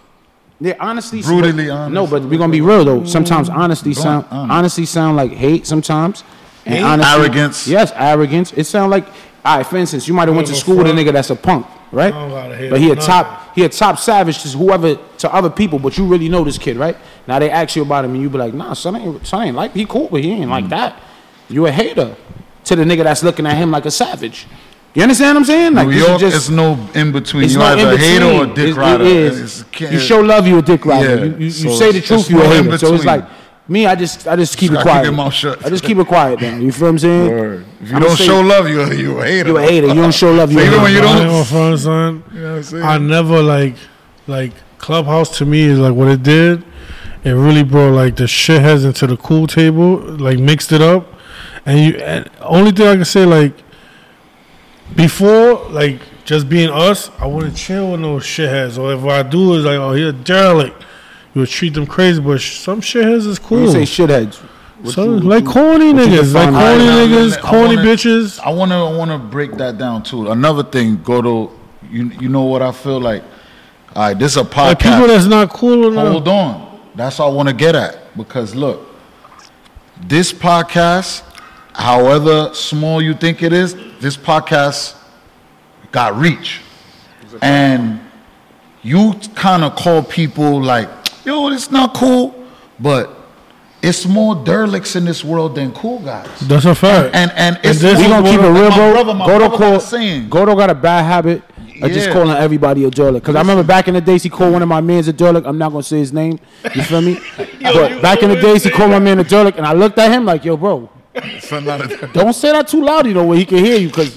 Speaker 4: yeah, honestly,
Speaker 2: Brutally honest. Mm.
Speaker 4: No, but we're gonna be real though. Sometimes honesty sound
Speaker 2: honest.
Speaker 4: honesty sound like hate sometimes. And honesty-
Speaker 2: Arrogance.
Speaker 4: Yes, arrogance. It sound like all right, for instance, you might have went to
Speaker 1: Well,
Speaker 4: school with a
Speaker 1: fuck.
Speaker 4: nigga that's a punk, right?
Speaker 1: I don't gotta hate
Speaker 4: But he a
Speaker 1: him,
Speaker 4: top he a top savage to whoever to other people, but you really know this kid, right? Now they ask you about him and you be like, nah, son ain't son ain't like he cool, but he ain't
Speaker 2: Mm.
Speaker 4: like that. You a hater to the nigga that's looking at him like a savage. You understand what I'm saying? Like
Speaker 2: New
Speaker 4: this is
Speaker 2: York
Speaker 4: just-
Speaker 2: is no in between.
Speaker 4: it's
Speaker 2: You
Speaker 4: no
Speaker 2: either
Speaker 4: in
Speaker 2: a hater or a
Speaker 4: between. It-
Speaker 2: dick
Speaker 4: it
Speaker 2: rider.
Speaker 4: is.
Speaker 2: It's-
Speaker 4: you show love, you a dick rider.
Speaker 2: Yeah,
Speaker 4: You, you, you
Speaker 2: so
Speaker 4: say the
Speaker 2: it's-
Speaker 4: truth,
Speaker 2: it's
Speaker 4: you a
Speaker 2: no in
Speaker 4: hater. So it's
Speaker 2: between.
Speaker 4: like me, I just I just keep
Speaker 2: Just gotta
Speaker 4: it
Speaker 2: keep
Speaker 4: quiet.
Speaker 2: your mouth shut.
Speaker 4: I just keep it quiet now. You feel what I'm saying?
Speaker 2: Word. If you
Speaker 4: I'ma
Speaker 2: don't
Speaker 4: say-
Speaker 2: show love, you you a hater.
Speaker 4: You a hater. You don't show love. You
Speaker 2: So
Speaker 4: a
Speaker 2: even
Speaker 4: hater.
Speaker 2: when you
Speaker 1: I ain't
Speaker 2: don't,
Speaker 1: gonna front, son.
Speaker 2: you know what I'm saying?
Speaker 1: I never like like Clubhouse to me is like what it did. It really brought like the shitheads into the cool table, like mixed it up. And you and only thing I can say like before like just being us, I wouldn't chill with no shitheads. Or if I do is like, oh he a derelict. You would treat them crazy, but sh- some shitheads is
Speaker 4: When
Speaker 1: cool.
Speaker 4: you say shitheads. what
Speaker 1: So,
Speaker 4: you-
Speaker 1: like corny
Speaker 4: what you
Speaker 1: niggas, like
Speaker 4: define as-
Speaker 1: corny
Speaker 2: Nah, nah,
Speaker 1: niggas,
Speaker 2: nah, I
Speaker 1: corny
Speaker 2: wanna-
Speaker 1: bitches.
Speaker 2: I want to I want to break that down too. Another thing, go to you. You know what I feel like. All right, this is a
Speaker 1: Like people
Speaker 2: podcast.
Speaker 1: that's not cool enough.
Speaker 2: Hold on, that's what I want to get at because look, this podcast, however small you think it is, this podcast got reach, and you kind of call people like, yo, it's not cool, but it's more derelicts in this world than cool guys.
Speaker 1: That's a fact.
Speaker 2: And and it's
Speaker 1: this
Speaker 4: We
Speaker 1: is
Speaker 4: gonna
Speaker 1: what
Speaker 4: keep it
Speaker 1: I-
Speaker 4: real,
Speaker 2: my
Speaker 4: bro.
Speaker 2: brother- my
Speaker 4: Godo
Speaker 2: brother
Speaker 4: call,
Speaker 2: was saying.
Speaker 4: Godo got a bad habit of just
Speaker 2: Yeah.
Speaker 4: calling everybody a derelict. Cause I remember back in the days he called one of my mans a derelict. I'm not gonna say his name. You feel me? but back in the days he called my man a derelict, and I looked at him like, yo, bro, Don't say that too loud, you know, where he can hear you, because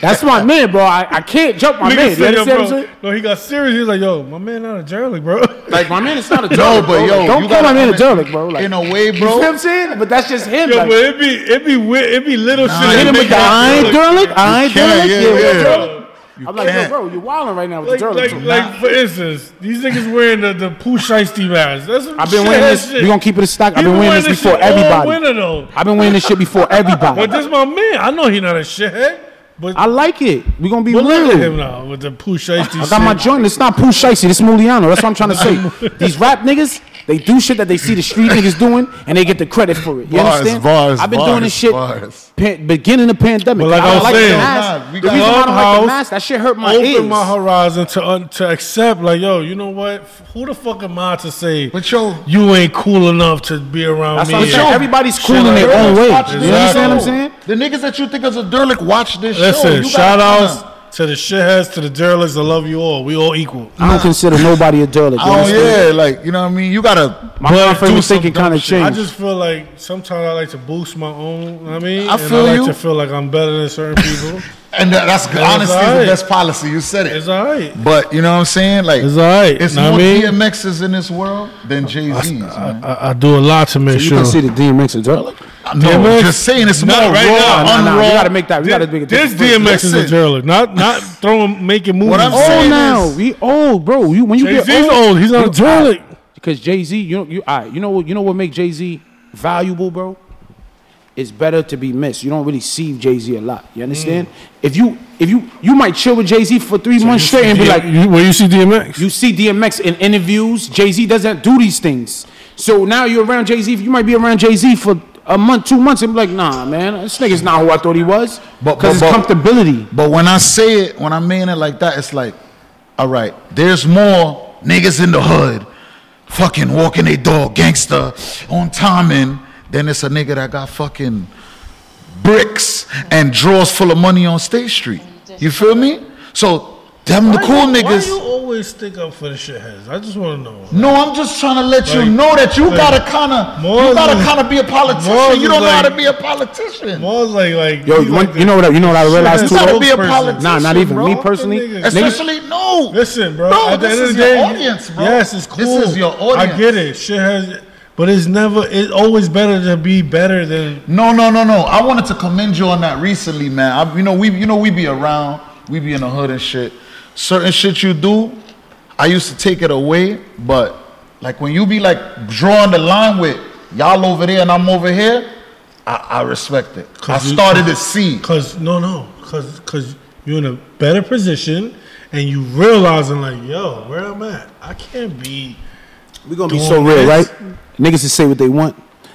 Speaker 4: that's my man, bro. I, I can't jump my
Speaker 1: Nigga
Speaker 4: man. You
Speaker 1: said, yo,
Speaker 4: understand what I'm
Speaker 1: bro-
Speaker 4: saying?
Speaker 1: No, he got serious. He was like, yo, my man not a derelict, bro.
Speaker 4: Like, my man is not a
Speaker 2: No,
Speaker 4: derelict,
Speaker 2: but
Speaker 4: bro.
Speaker 2: yo,
Speaker 4: Don't
Speaker 2: you
Speaker 4: call
Speaker 2: gotta
Speaker 4: my man a
Speaker 2: understand-
Speaker 4: derelick, bro. Like,
Speaker 2: in a way,
Speaker 4: you feel what
Speaker 2: bro.
Speaker 4: I'm saying? But that's just him.
Speaker 1: Yo,
Speaker 4: like,
Speaker 1: but it be it be weird, it be little
Speaker 2: Nah,
Speaker 1: shit.
Speaker 4: hit him
Speaker 1: that
Speaker 4: with
Speaker 1: make
Speaker 4: the,
Speaker 1: you
Speaker 4: I ain't
Speaker 1: feel like-
Speaker 4: derelick, I ain't
Speaker 2: You can't,
Speaker 4: derelick. Yeah,
Speaker 2: yeah,
Speaker 4: we a
Speaker 2: yeah.
Speaker 4: derelick. I'm like, yo,
Speaker 2: can't.
Speaker 4: bro, you wilding right now with the
Speaker 1: Like,
Speaker 4: derelick.
Speaker 1: like,
Speaker 4: too.
Speaker 1: like, for instance, these niggas wearing the the Pusheisty mask. That's some
Speaker 4: I've been
Speaker 1: shit
Speaker 4: wearing
Speaker 1: ass
Speaker 4: this.
Speaker 1: Shit.
Speaker 4: We're going to keep it a stock. I've been wearing this before
Speaker 1: shit all
Speaker 4: everybody.
Speaker 1: Winter, though.
Speaker 4: I've been wearing this shit before
Speaker 1: But
Speaker 4: everybody.
Speaker 1: this my man. I know he not a shithead, but
Speaker 4: I like it. We're going to be
Speaker 1: but look at him
Speaker 4: real.
Speaker 1: now with the Pusheisty.
Speaker 4: I got my joint. It's not Pooh Shicey. It's Muliano. That's what I'm trying to say. These rap niggas, they do shit that they see the street niggas doing, and they get the credit for it. You
Speaker 2: Bars,
Speaker 4: understand?
Speaker 2: bars,
Speaker 4: I've been
Speaker 2: bars,
Speaker 4: doing this shit
Speaker 2: bars.
Speaker 4: pa- beginning the pandemic.
Speaker 1: But like
Speaker 4: I
Speaker 1: I
Speaker 4: don't
Speaker 1: was
Speaker 4: like the
Speaker 1: saying,
Speaker 4: mask.
Speaker 2: nah, we
Speaker 4: the
Speaker 2: got
Speaker 4: reason why I don't like the
Speaker 1: Clubhouse
Speaker 4: mask, that shit hurt my
Speaker 1: open
Speaker 4: ears.
Speaker 1: my horizon to un- to accept. Like, yo, you know what? F- Who the fuck am I to say?
Speaker 2: But yo,
Speaker 1: you ain't cool enough to be around
Speaker 4: That's
Speaker 1: me.
Speaker 4: what I'm
Speaker 1: and
Speaker 4: saying. Everybody's cool in
Speaker 1: like
Speaker 4: their
Speaker 1: that.
Speaker 4: own way. You
Speaker 2: Watch this
Speaker 4: understand what I'm
Speaker 2: show.
Speaker 4: saying?
Speaker 2: The niggas that you think is a derelict, watch this show.
Speaker 1: Listen,
Speaker 2: You
Speaker 1: shout
Speaker 2: gotta-
Speaker 1: outs to the shitheads, to the derelicts. I love you all. We all equal.
Speaker 4: I don't consider nobody a derelict. you
Speaker 2: Oh
Speaker 4: understand?
Speaker 2: yeah, like you know what I mean. You gotta.
Speaker 4: My
Speaker 1: But
Speaker 4: mind frame
Speaker 1: do
Speaker 4: was
Speaker 1: some
Speaker 4: thinking
Speaker 1: dumb
Speaker 4: kind of
Speaker 1: shit. I
Speaker 4: changed.
Speaker 1: just feel like sometimes I like to boost my own. I mean,
Speaker 2: I
Speaker 1: and
Speaker 2: feel
Speaker 1: I like
Speaker 2: you.
Speaker 1: to feel like I'm better than certain people.
Speaker 2: And that, that's
Speaker 1: That's
Speaker 2: honesty is the
Speaker 1: right.
Speaker 2: best policy. You said
Speaker 1: it's
Speaker 2: it.
Speaker 1: all right.
Speaker 2: But you know what I'm saying? Like
Speaker 1: It's all right.
Speaker 2: It's
Speaker 1: Know
Speaker 2: more
Speaker 1: what I mean?
Speaker 2: DMXs in this world than Jay Z's. man.
Speaker 1: I, I do a lot to make
Speaker 4: You
Speaker 1: sure.
Speaker 4: consider DMX a derelick?
Speaker 2: No,
Speaker 1: DMX?
Speaker 2: I'm just saying it's more
Speaker 1: Not
Speaker 2: raw,
Speaker 1: right now.
Speaker 4: Nah, nah, we
Speaker 2: unraw.
Speaker 4: gotta make that. We gotta make it.
Speaker 1: this DMX is a
Speaker 2: Listen.
Speaker 1: derelict. Not not throwing making movies.
Speaker 2: I'm
Speaker 1: bro.
Speaker 4: old
Speaker 2: saying
Speaker 4: now.
Speaker 2: is-
Speaker 4: We old, bro. You when you
Speaker 1: Jay-Z's
Speaker 4: get
Speaker 1: old. He's not a derelict.
Speaker 4: Because Jay Z, you know, you all right, you know what you know what make Jay Z valuable, bro. It's better to be missed. You don't really see Jay Z a lot. You understand?
Speaker 1: Mm.
Speaker 4: If you if you you might chill with Jay Z for three months straight and be like,
Speaker 1: you, where you see DMX?
Speaker 4: you see DMX in interviews. Jay Z doesn't do these things. So now you're around Jay Z. You might be around Jay Z for a month, two months, and be like, nah, man, this nigga's not who I thought he was.
Speaker 2: But-
Speaker 4: Because it's
Speaker 2: but- but-
Speaker 4: comfortability.
Speaker 2: But when I say it, when I mean it like that, it's like, all right, there's more niggas in the hood fucking walking their dog gangster on timing than it's a nigga that got fucking bricks and drawers full of money on State Street. You feel me? So Them the
Speaker 1: Why
Speaker 2: cool
Speaker 1: you- Why you
Speaker 2: niggas.
Speaker 1: always stick up for the shitheads? I just want to know.
Speaker 2: No, I'm just trying to let you
Speaker 1: Like-
Speaker 2: know that you
Speaker 1: like,
Speaker 2: gotta kind of, you
Speaker 1: Mars
Speaker 2: gotta
Speaker 1: is-
Speaker 2: kind of be a
Speaker 1: Mars
Speaker 2: politician.
Speaker 1: is
Speaker 2: You don't know how
Speaker 1: like-
Speaker 2: to be a politician.
Speaker 1: More like like
Speaker 4: Yo,
Speaker 1: he like
Speaker 4: you, want-
Speaker 1: the-
Speaker 4: you know what? I, you know what I realized
Speaker 1: Shit,
Speaker 4: too.
Speaker 2: You gotta
Speaker 4: though?
Speaker 2: be a
Speaker 1: spokesperson.
Speaker 2: politician.
Speaker 4: Nah, not even
Speaker 2: bro.
Speaker 4: me personally.
Speaker 1: Niggas-
Speaker 4: Niggas,
Speaker 2: Especially no.
Speaker 1: Listen, bro.
Speaker 2: Bro,
Speaker 1: at the
Speaker 2: this
Speaker 1: end of
Speaker 2: is
Speaker 1: the
Speaker 2: your
Speaker 1: day,
Speaker 2: audience, bro.
Speaker 1: Yes, it's cool.
Speaker 2: This is your audience.
Speaker 1: I get it. Shit has, but it's never. It's always better to be better than.
Speaker 2: No, no, no, no. I wanted to commend you on that recently, man. I, you know, we you know we be around, we be in the hood and shit. Certain shit you do, I used to take it away, but like when you be like drawing the line with y'all over there and I'm over here, I, I respect it. I
Speaker 1: 'Cause you-
Speaker 2: started to see.
Speaker 1: Cause no, no, cause cause you're in a better position, and you realizing like, yo, where I'm at, I can't be.
Speaker 4: we gonna be so
Speaker 1: doing
Speaker 4: real,
Speaker 1: this.
Speaker 4: right? Niggas to say what they want.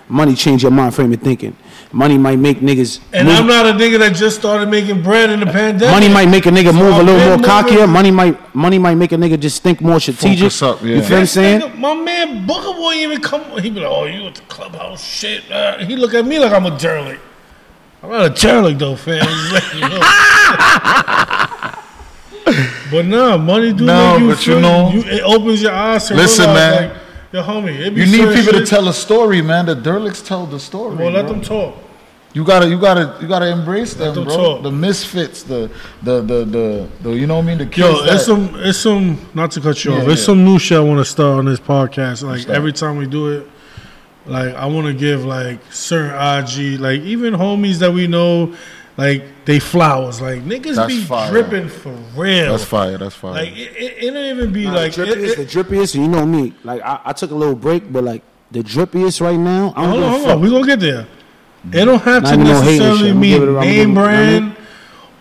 Speaker 4: Money change your mind frame of thinking. Money might make niggas.
Speaker 1: And
Speaker 4: move-
Speaker 1: I'm not a nigga that just started making bread in the pandemic.
Speaker 4: Money might make a nigga move a
Speaker 1: I've
Speaker 4: little
Speaker 1: been
Speaker 4: more
Speaker 1: moving-
Speaker 4: cockier. Money might money might make a nigga just think more strategic.
Speaker 2: Focus up, yeah.
Speaker 4: You feel what I'm
Speaker 1: This
Speaker 4: saying?
Speaker 1: nigga- my man Booker won't even come. He be like, "Oh, you at the clubhouse? Shit!" uh," he look at me like I'm a jerk. I'm not a jerk though, fam. Just let you know. but nah, money do
Speaker 2: No,
Speaker 1: make you
Speaker 2: but you
Speaker 1: feel.
Speaker 2: know-
Speaker 1: it opens your eyes to
Speaker 2: Listen,
Speaker 1: realize,
Speaker 2: man.
Speaker 1: Like, your homie, it be
Speaker 2: You need
Speaker 1: certain
Speaker 2: people to
Speaker 1: shit-
Speaker 2: tell a story, man. The Derlicks tell the story.
Speaker 1: Well, let
Speaker 2: bro.
Speaker 1: them talk.
Speaker 2: You gotta, you gotta, you gotta embrace them,
Speaker 1: them
Speaker 2: bro.
Speaker 1: talk.
Speaker 2: The misfits, the, the, the, the, the, you know what I mean? The kids.
Speaker 1: Yo,
Speaker 2: that-
Speaker 1: it's some, it's some. Not to cut you
Speaker 2: Yeah,
Speaker 1: off, it's
Speaker 2: yeah.
Speaker 1: some new shit I want to start on this podcast. Like
Speaker 2: that?
Speaker 1: every time we do it, like I want to give like certain IG, like even homies that we know, like they flowers. Like niggas
Speaker 2: That's
Speaker 1: be
Speaker 2: fire.
Speaker 1: dripping for real.
Speaker 2: that's fire. That's fire.
Speaker 1: Like it, it, it don't even be
Speaker 4: Nah,
Speaker 1: like.
Speaker 4: the
Speaker 1: it-
Speaker 4: drippiest,
Speaker 1: it-
Speaker 4: the drippiest, and you know me. Like I, I took a little break, but like the drippiest right now. I don't
Speaker 1: hold on,
Speaker 4: give a
Speaker 1: hold
Speaker 4: fuck.
Speaker 1: on. We gonna get there. It don't have
Speaker 4: Not
Speaker 1: to
Speaker 4: even no hating
Speaker 1: necessarily
Speaker 4: shit. I'ma give
Speaker 1: mean
Speaker 4: it- I'ma give it-
Speaker 1: name
Speaker 4: you know what I mean?
Speaker 1: brand,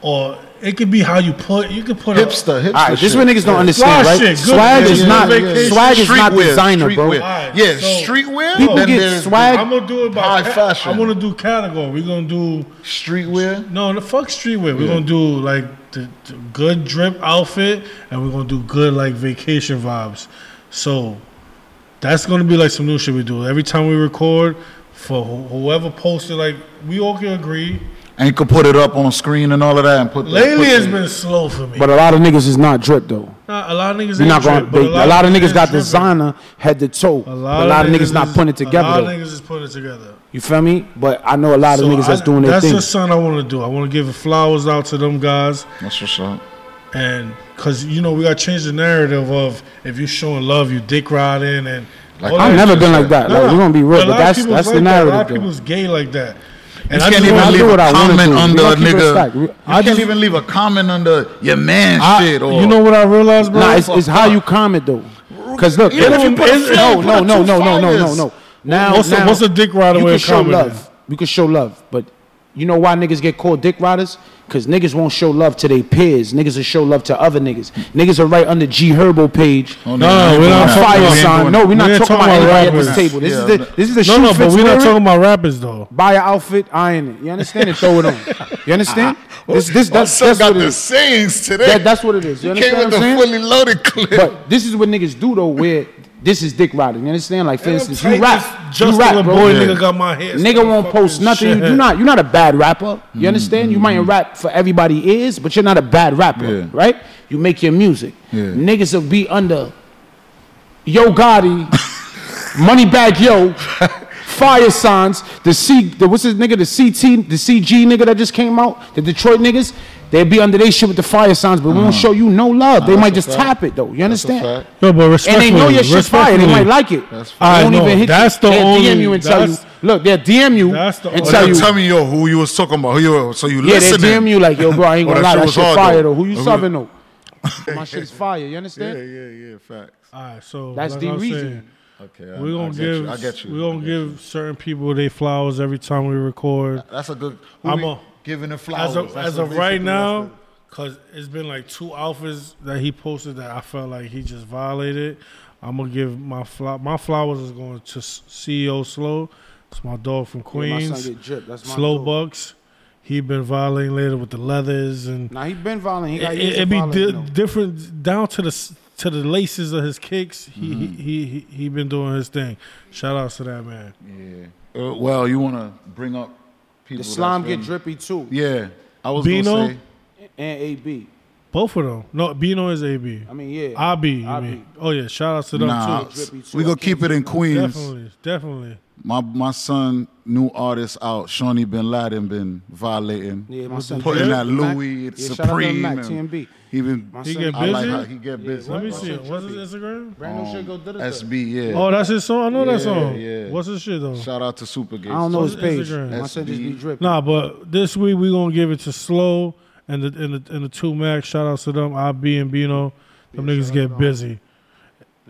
Speaker 1: or it could be how you put. You could put a,
Speaker 2: hipster, hipster.
Speaker 4: All right, this is what niggas don't
Speaker 2: Yeah.
Speaker 4: understand,
Speaker 1: Fly
Speaker 4: right?
Speaker 1: shit, good
Speaker 4: swag
Speaker 1: shit,
Speaker 4: is
Speaker 1: yeah,
Speaker 4: not
Speaker 1: vacation.
Speaker 4: swag is not
Speaker 2: Streetwear,
Speaker 4: designer, bro.
Speaker 2: streetwear.
Speaker 1: Alright,
Speaker 2: Yeah,
Speaker 1: so-
Speaker 2: streetwear.
Speaker 4: People
Speaker 2: then
Speaker 4: get
Speaker 2: there's
Speaker 4: swag-
Speaker 1: I'm gonna do it by
Speaker 2: High
Speaker 1: ca-
Speaker 2: fashion.
Speaker 1: I want to do category. We're gonna do
Speaker 2: Streetwear.
Speaker 1: no the fuck streetwear. We're gonna do like the, the good drip outfit, and we're gonna do good like vacation vibes. So that's gonna be like some new shit we do every time we record. For wh- whoever posted, like we all can agree.
Speaker 2: And you could put it up on screen and all of that and put the-
Speaker 1: Lately,
Speaker 2: put
Speaker 1: it's
Speaker 2: the-
Speaker 1: been slow for me.
Speaker 4: But a lot of niggas is not drip though.
Speaker 1: Nah, a lot of niggas.
Speaker 4: You're
Speaker 1: ain't
Speaker 4: not going.
Speaker 1: drip,
Speaker 4: to
Speaker 1: but
Speaker 4: a lot of niggas
Speaker 1: is
Speaker 4: got
Speaker 1: dripping.
Speaker 4: designer head to toe. A lot, of niggas, not
Speaker 1: is-
Speaker 4: putting it
Speaker 1: A
Speaker 4: together.
Speaker 1: lot of
Speaker 4: Though.
Speaker 1: niggas is putting it together.
Speaker 4: You feel me? But I know a lot of
Speaker 1: So
Speaker 4: niggas
Speaker 1: I-
Speaker 4: that's doing their
Speaker 1: that's
Speaker 4: thing.
Speaker 1: the something I want to do. I want to give flowers out to them guys.
Speaker 2: That's what's up.
Speaker 1: And because you know we got to change the narrative of if you showing love, you dick riding and.
Speaker 2: Like,
Speaker 1: all
Speaker 2: I'm
Speaker 4: I've
Speaker 1: that
Speaker 4: never
Speaker 1: shit.
Speaker 4: been like that.
Speaker 1: Nah,
Speaker 4: like, we're gonna be
Speaker 1: a
Speaker 4: real,
Speaker 1: lot
Speaker 4: but
Speaker 1: of
Speaker 4: that's
Speaker 1: people's
Speaker 4: that's the
Speaker 1: like that. A lot of
Speaker 4: narrative. though.
Speaker 1: people's gay like that. And
Speaker 2: You
Speaker 1: I
Speaker 2: can't
Speaker 1: just
Speaker 2: even
Speaker 1: wanna
Speaker 4: do
Speaker 2: leave
Speaker 4: what I
Speaker 2: a
Speaker 4: wanna
Speaker 2: comment
Speaker 4: do.
Speaker 2: under
Speaker 4: Y'all
Speaker 2: a
Speaker 4: keep it
Speaker 2: nigga.
Speaker 4: stacked. We-
Speaker 2: You can't even leave a comment under your man
Speaker 1: I-
Speaker 2: shit or
Speaker 1: you know what I realized, bro?
Speaker 4: Nah, it's, it's how you comment though. Because look,
Speaker 2: Even if you put a
Speaker 1: it's-
Speaker 2: flag,
Speaker 4: no,
Speaker 2: put
Speaker 4: no,
Speaker 2: up
Speaker 4: no,
Speaker 2: two
Speaker 4: no, no, no, no,
Speaker 2: fires.
Speaker 4: no. Now,
Speaker 1: What's a-
Speaker 4: now,
Speaker 1: what's a dick rider
Speaker 4: You
Speaker 1: way
Speaker 4: can
Speaker 1: of
Speaker 4: show
Speaker 1: comment
Speaker 4: love. You can show love, but you know why niggas get called dick riders? Because niggas won't show love to their peers. Niggas will show love to other niggas. Niggas are right under G Herbo page.
Speaker 1: No,
Speaker 2: Oh, we
Speaker 1: we're
Speaker 2: ain't
Speaker 1: not
Speaker 2: doing
Speaker 1: talking
Speaker 4: fire
Speaker 2: that.
Speaker 1: about-
Speaker 2: We ain't
Speaker 4: sign.
Speaker 2: doing
Speaker 4: No,
Speaker 2: that.
Speaker 4: we're not
Speaker 1: We ain't
Speaker 4: talking
Speaker 1: talking
Speaker 4: about
Speaker 1: about
Speaker 4: anybody at this
Speaker 1: rappers.
Speaker 4: table. This is
Speaker 2: Yeah.
Speaker 4: the this is the
Speaker 1: No,
Speaker 4: shoe
Speaker 1: no, but
Speaker 4: fits
Speaker 1: we're
Speaker 4: wear
Speaker 1: not
Speaker 4: it.
Speaker 1: talking about rappers though.
Speaker 4: Buy an outfit, iron it. You understand? And throw it on. You understand?
Speaker 1: Oh,
Speaker 4: This, this, that's,
Speaker 2: Still
Speaker 4: that's
Speaker 2: got
Speaker 4: what it
Speaker 2: the
Speaker 4: is.
Speaker 2: sayings today.
Speaker 4: That, that's what it is. You
Speaker 2: Came with
Speaker 4: understand what I'm
Speaker 2: the
Speaker 4: saying?
Speaker 2: fully loaded clip.
Speaker 4: But this is what niggas do though. Where this is dick riding. You understand? Like for
Speaker 1: I'm
Speaker 4: instance,
Speaker 1: tight
Speaker 4: you rap,
Speaker 1: as
Speaker 4: you
Speaker 1: Justin
Speaker 4: rap, bro.
Speaker 1: LeBoy
Speaker 2: Yeah.
Speaker 1: nigga got my hair.
Speaker 4: Nigga won't post nothing. You,
Speaker 1: do
Speaker 4: you're not. You're not a bad rapper.
Speaker 2: Mm-hmm.
Speaker 4: You understand? You might rap for everybody ears, but you're not a bad rapper,
Speaker 2: Yeah.
Speaker 4: right? You make your music.
Speaker 2: Yeah.
Speaker 4: Niggas will be under Yo Gotti, Money Bag Yo, Fire Signs, the C, the what's his nigga, the CT, the CG nigga that just came out, the Detroit niggas. They'd be under they shit with the fire signs, but we
Speaker 2: Uh-huh.
Speaker 4: won't show you no love. they might just tap it though. You understand?
Speaker 2: fact.
Speaker 1: Yo, but
Speaker 4: and
Speaker 1: respectfully,
Speaker 4: they know your shit's fire. They
Speaker 1: respectfully.
Speaker 4: might like it.
Speaker 2: That's
Speaker 4: They
Speaker 1: fine.
Speaker 4: don't
Speaker 1: I know.
Speaker 4: even hit
Speaker 1: That's the
Speaker 4: you. They'll DM
Speaker 1: only-
Speaker 4: you and tell you.
Speaker 1: that's-
Speaker 4: Look, they'll DM you
Speaker 1: That's the
Speaker 4: and
Speaker 1: only-
Speaker 4: tell
Speaker 1: They'll
Speaker 4: you.
Speaker 2: Tell me, yo, who you was talking about? Who you were, so you
Speaker 4: Yeah, they
Speaker 2: listening?
Speaker 4: DM you like, yo, bro, I ain't
Speaker 2: Oh,
Speaker 4: gonna
Speaker 2: that
Speaker 4: lie,
Speaker 2: shit
Speaker 4: that
Speaker 2: was
Speaker 4: shit
Speaker 2: hard,
Speaker 4: fire
Speaker 2: though.
Speaker 4: though. Who you
Speaker 2: Who-
Speaker 4: subbing though? My shit is fire. You understand?
Speaker 2: Yeah, yeah, yeah. Facts.
Speaker 1: All right, so
Speaker 4: That's
Speaker 1: like
Speaker 4: the
Speaker 1: I was
Speaker 4: reason.
Speaker 1: saying,
Speaker 2: Okay,
Speaker 1: We're
Speaker 2: I, I
Speaker 1: gonna
Speaker 2: get
Speaker 1: give
Speaker 2: you. I get you.
Speaker 1: We're
Speaker 2: I
Speaker 1: gonna
Speaker 2: get
Speaker 1: give certain people their flowers every time we record.
Speaker 2: That's a good.
Speaker 1: I'm
Speaker 2: I'm
Speaker 1: a-
Speaker 2: giving the flowers.
Speaker 1: As of,
Speaker 2: That's
Speaker 1: as
Speaker 2: what
Speaker 1: of right
Speaker 2: basically
Speaker 1: now, because it's been like two outfits that he posted that I felt like he just violated. I'm gonna give my flow my flowers is going to S- CEO Slow. It's my dog from
Speaker 4: My
Speaker 1: Queens.
Speaker 4: son get dripped. That's my
Speaker 1: Slow
Speaker 4: dog.
Speaker 1: Bucks. He been violating later with the leathers and
Speaker 4: Nah, he been violent. He
Speaker 1: it,
Speaker 4: got
Speaker 1: it,
Speaker 4: years
Speaker 1: it
Speaker 4: of
Speaker 1: be
Speaker 4: violent,
Speaker 1: di-
Speaker 4: though.
Speaker 1: different down to the s- to the laces of his kicks. He
Speaker 4: Mm-hmm.
Speaker 1: he, he he he been doing his thing. Shout outs to that man.
Speaker 2: that's- Uh, well, you wanna bring up people.
Speaker 4: The
Speaker 2: that's
Speaker 4: slime
Speaker 2: been-
Speaker 4: get drippy too.
Speaker 2: Yeah, I was
Speaker 1: Bino?
Speaker 2: gonna say.
Speaker 4: And AB.
Speaker 1: Both of them. No, Bino is AB.
Speaker 4: I mean, yeah.
Speaker 1: IB, you
Speaker 4: IB.
Speaker 1: mean? Oh yeah, shout outs to them
Speaker 2: Nah,
Speaker 1: too.
Speaker 4: Drippy too.
Speaker 2: we gonna keep it in Queens.
Speaker 1: Definitely, definitely.
Speaker 2: My my son, new artist out, Shawnee Bin Laden, been violating.
Speaker 4: Yeah, my son
Speaker 2: putting that
Speaker 4: Mac-
Speaker 2: Louis
Speaker 4: yeah, shout out to
Speaker 2: Supreme.
Speaker 4: Mac,
Speaker 2: and
Speaker 4: TMB.
Speaker 2: He been.
Speaker 4: My
Speaker 1: He
Speaker 4: son-
Speaker 1: get
Speaker 2: I like
Speaker 1: busy?
Speaker 2: how he get busy.
Speaker 1: Let me see. What's his Instagram?
Speaker 4: Brand new shit go da-da-da.
Speaker 2: SB, yeah.
Speaker 1: Oh, that's his song. I know that
Speaker 2: Yeah,
Speaker 1: song.
Speaker 2: yeah.
Speaker 1: What's his shit though?
Speaker 2: Shout out to Super Gates.
Speaker 4: I don't know
Speaker 1: What's
Speaker 4: his page.
Speaker 1: Instagram?
Speaker 4: My son just be
Speaker 2: SB.
Speaker 4: dripping.
Speaker 1: Nah, but this week we gonna give it to Slow and the and the, and the two Max. Shout outs to them. IB and Bino. Them niggas get busy.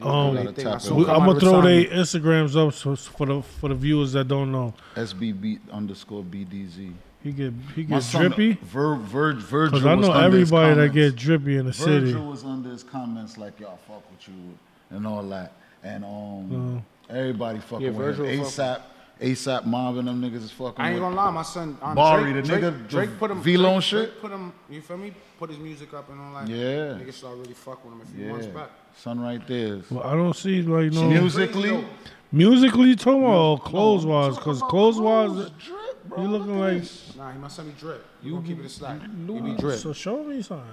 Speaker 1: Um,
Speaker 2: Gotta tap
Speaker 4: So
Speaker 2: in.
Speaker 1: we, I'm
Speaker 4: come out
Speaker 1: gonna
Speaker 4: of
Speaker 1: throw their
Speaker 4: retirement.
Speaker 1: Instagrams up so, for the for the viewers that don't know.
Speaker 2: SBB underscore BDZ.
Speaker 1: He get he
Speaker 2: My
Speaker 1: gets
Speaker 2: son,
Speaker 1: drippy
Speaker 2: Vir, Vir, Virgil
Speaker 1: because I
Speaker 2: was
Speaker 1: know
Speaker 2: under his
Speaker 1: everybody that get
Speaker 2: comments.
Speaker 1: drippy in the
Speaker 2: Virgil
Speaker 1: city.
Speaker 2: was under his comments like y'all fuck with you and all that, and
Speaker 1: Oh.
Speaker 2: um, everybody fucking
Speaker 4: Yeah,
Speaker 2: with him.
Speaker 4: Virgil fuck
Speaker 2: ASAP, ASAP mob and them niggas is fucking.
Speaker 4: I ain't
Speaker 2: with
Speaker 4: gonna lie, my son. Um,
Speaker 2: Barry,
Speaker 4: Drake,
Speaker 2: the
Speaker 4: Drake,
Speaker 2: nigga, the
Speaker 4: Drake put him.
Speaker 2: V-Lone
Speaker 4: Drake-
Speaker 2: shit.
Speaker 4: Drake Put him. You feel me? Put his music up and all that.
Speaker 2: Yeah.
Speaker 4: Niggas start really fuck with him if he
Speaker 2: Yeah,
Speaker 4: wants back.
Speaker 2: son, right there.
Speaker 1: Well, I don't see like no
Speaker 2: Musically,
Speaker 1: musically you talking about clothes wise because clothes wise
Speaker 2: Drip, bro,
Speaker 1: you looking
Speaker 2: look at
Speaker 1: like
Speaker 2: this.
Speaker 4: Nah, he my son be drip. You gonna keep it a slack. You be
Speaker 1: so
Speaker 4: drip.
Speaker 1: show me something.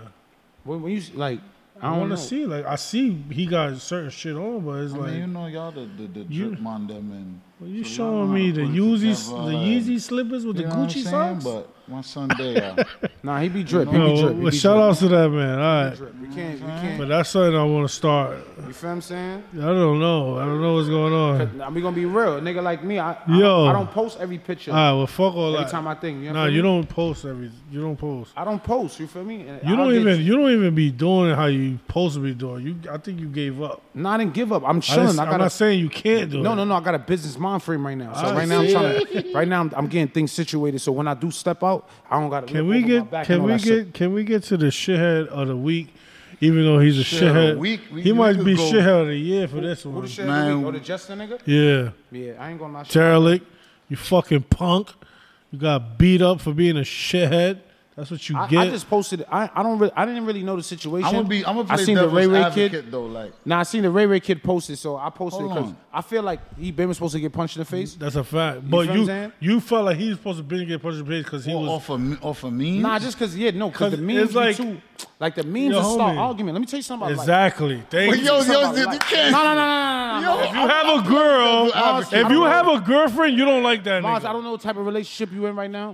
Speaker 4: When, when you s- like, I
Speaker 1: I
Speaker 4: don't
Speaker 1: want
Speaker 4: know.
Speaker 1: to see like I see he got certain shit on, but it's
Speaker 2: I
Speaker 1: like
Speaker 2: mean, you know y'all the the, the
Speaker 1: You-
Speaker 2: drip on them and.
Speaker 1: well, you
Speaker 2: so y'all know
Speaker 1: showing
Speaker 2: how
Speaker 1: me
Speaker 2: to
Speaker 1: the
Speaker 2: put it
Speaker 1: Yeezy
Speaker 2: together,
Speaker 1: the
Speaker 2: uh, like,
Speaker 1: Yeezy slippers with
Speaker 2: you
Speaker 1: the
Speaker 2: know what I'm
Speaker 1: Gucci
Speaker 2: saying?
Speaker 1: socks.
Speaker 2: But one Sunday, I,
Speaker 4: Nah, he be drip. He
Speaker 1: No,
Speaker 4: be drip. He
Speaker 1: well,
Speaker 4: be
Speaker 1: shout
Speaker 4: drip.
Speaker 1: outs to that man. All right,
Speaker 4: Drip. We can't. We can't.
Speaker 1: but that's something I want to start.
Speaker 4: You feel what I'm saying?
Speaker 1: I don't know. I don't know what's going on. All
Speaker 4: Nah, we gonna be real, a nigga like me. I, I,
Speaker 1: Yo.
Speaker 4: I don't post every picture.
Speaker 1: right, well, fuck all
Speaker 4: every
Speaker 1: that.
Speaker 4: time I think. You know
Speaker 1: nah,
Speaker 4: what I
Speaker 1: you
Speaker 4: mean?
Speaker 1: don't post every. You don't post.
Speaker 4: I don't post. You feel me? And
Speaker 1: You
Speaker 4: I'll
Speaker 1: don't
Speaker 4: get-
Speaker 1: even. You don't even be doing it how you supposed to be doing. You, I think you gave up.
Speaker 4: No, I didn't give up. I'm
Speaker 1: I
Speaker 4: chilling.
Speaker 1: just-
Speaker 4: I,
Speaker 1: I'm
Speaker 4: got
Speaker 1: not
Speaker 4: to
Speaker 1: saying you can't do
Speaker 4: no,
Speaker 1: it.
Speaker 4: no, no. I got a business mind frame right now. So
Speaker 1: I
Speaker 4: right now I'm
Speaker 1: see
Speaker 4: trying to. Right now I'm, I'm getting things situated. So when I do step out, I don't got to.
Speaker 1: Can we get? Can we get? Can we get to the shithead of the week? Even though he's a
Speaker 2: Shithead of the
Speaker 1: shithead,
Speaker 2: week? We-
Speaker 1: he
Speaker 2: we
Speaker 1: might
Speaker 2: could
Speaker 1: be
Speaker 2: go-
Speaker 1: shithead of the year for this
Speaker 4: Who
Speaker 1: one.
Speaker 4: the shit?
Speaker 2: Man.
Speaker 4: Oh, the Justin nigga.
Speaker 1: yeah,
Speaker 4: Yeah, I ain't gonna lie. Shit.
Speaker 1: Derelict, you fucking punk. You got beat up for being a shithead. That's what you
Speaker 4: I,
Speaker 1: get.
Speaker 4: I just posted. I, I don't. Really, I didn't really know the situation.
Speaker 2: I'm gonna be. I'm gonna
Speaker 4: I
Speaker 2: play
Speaker 4: seen the
Speaker 2: devil's
Speaker 4: Ray Ray
Speaker 2: advocate
Speaker 4: kid.
Speaker 2: though. Like
Speaker 4: Nah, I seen the Ray Ray kid posted, so I posted
Speaker 2: Hold
Speaker 4: because
Speaker 2: on.
Speaker 4: I feel like he been supposed to get punched in the face.
Speaker 1: That's a fact. But
Speaker 4: feel what I'm
Speaker 1: you
Speaker 4: saying?
Speaker 1: you felt like he was supposed to be get punched in the face because he
Speaker 2: well,
Speaker 1: was.
Speaker 2: off of me- off of me.
Speaker 4: Nah, just because yeah, no,
Speaker 1: 'Cause
Speaker 4: because the memes
Speaker 1: it's
Speaker 4: be
Speaker 1: like-
Speaker 4: too, like the memes
Speaker 1: Yo,
Speaker 4: will start
Speaker 1: homie.
Speaker 4: argument. Let me tell you something about like,
Speaker 1: Exactly. Thank
Speaker 2: But
Speaker 1: you.
Speaker 2: yo, yo,
Speaker 4: something
Speaker 2: you
Speaker 4: about
Speaker 2: can't.
Speaker 4: No, no, no, no, no, no.
Speaker 1: if you have a girl,
Speaker 2: Honestly,
Speaker 1: if
Speaker 4: I
Speaker 1: you
Speaker 4: don't
Speaker 1: have a girlfriend, you don't like that
Speaker 4: Mars,
Speaker 1: nigga.
Speaker 4: I don't know what type of relationship you in right now.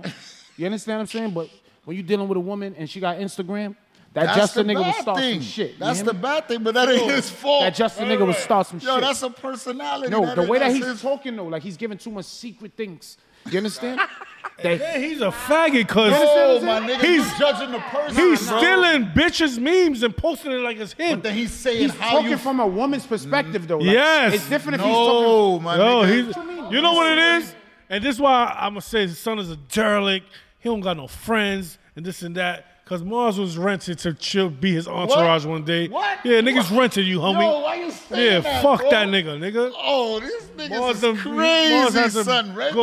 Speaker 4: You understand what I'm saying? But when you dealing with a woman and she got Instagram, that
Speaker 2: That's
Speaker 4: Justin
Speaker 2: the
Speaker 4: nigga would
Speaker 2: bad
Speaker 4: start
Speaker 2: thing.
Speaker 4: some shit. You
Speaker 2: That's
Speaker 4: hear
Speaker 2: the
Speaker 4: me?
Speaker 2: bad thing, but that ain't his fault.
Speaker 4: that Justin nigga would start some
Speaker 2: Yo,
Speaker 4: shit.
Speaker 2: that's a personality.
Speaker 4: no,
Speaker 2: That
Speaker 4: the
Speaker 2: is-
Speaker 4: way that
Speaker 2: that's
Speaker 4: he's
Speaker 2: his-
Speaker 4: talking though, like he's giving too much secret things. You understand? that,
Speaker 1: Yeah, he's a faggot because
Speaker 2: Oh, my nigga,
Speaker 1: He's-
Speaker 2: he's judging the person.
Speaker 1: he's
Speaker 2: bro.
Speaker 1: stealing bitches' memes and posting it like it's him.
Speaker 2: But then he's saying
Speaker 4: he's
Speaker 2: how
Speaker 4: talking
Speaker 2: you.
Speaker 4: from a woman's perspective though. Like,
Speaker 1: Yes.
Speaker 4: it's different if he's talking.
Speaker 2: no, my
Speaker 1: Yo,
Speaker 2: nigga.
Speaker 1: he's, you know what it is? And this is why I'm going to say his son is a derelict. He don't got no friends and this and that. Because Mars was rented to chill, be his entourage one day.
Speaker 2: What?
Speaker 1: Yeah, niggas rented you, homie.
Speaker 2: Yo, why you saying
Speaker 1: yeah,
Speaker 2: that,
Speaker 1: fuck
Speaker 2: bro?
Speaker 1: that nigga, nigga.
Speaker 2: Oh, this nigga
Speaker 1: Mars
Speaker 2: is
Speaker 1: done- Mars
Speaker 2: crazy,
Speaker 1: has to
Speaker 2: son.
Speaker 1: go
Speaker 2: Rented.
Speaker 1: to-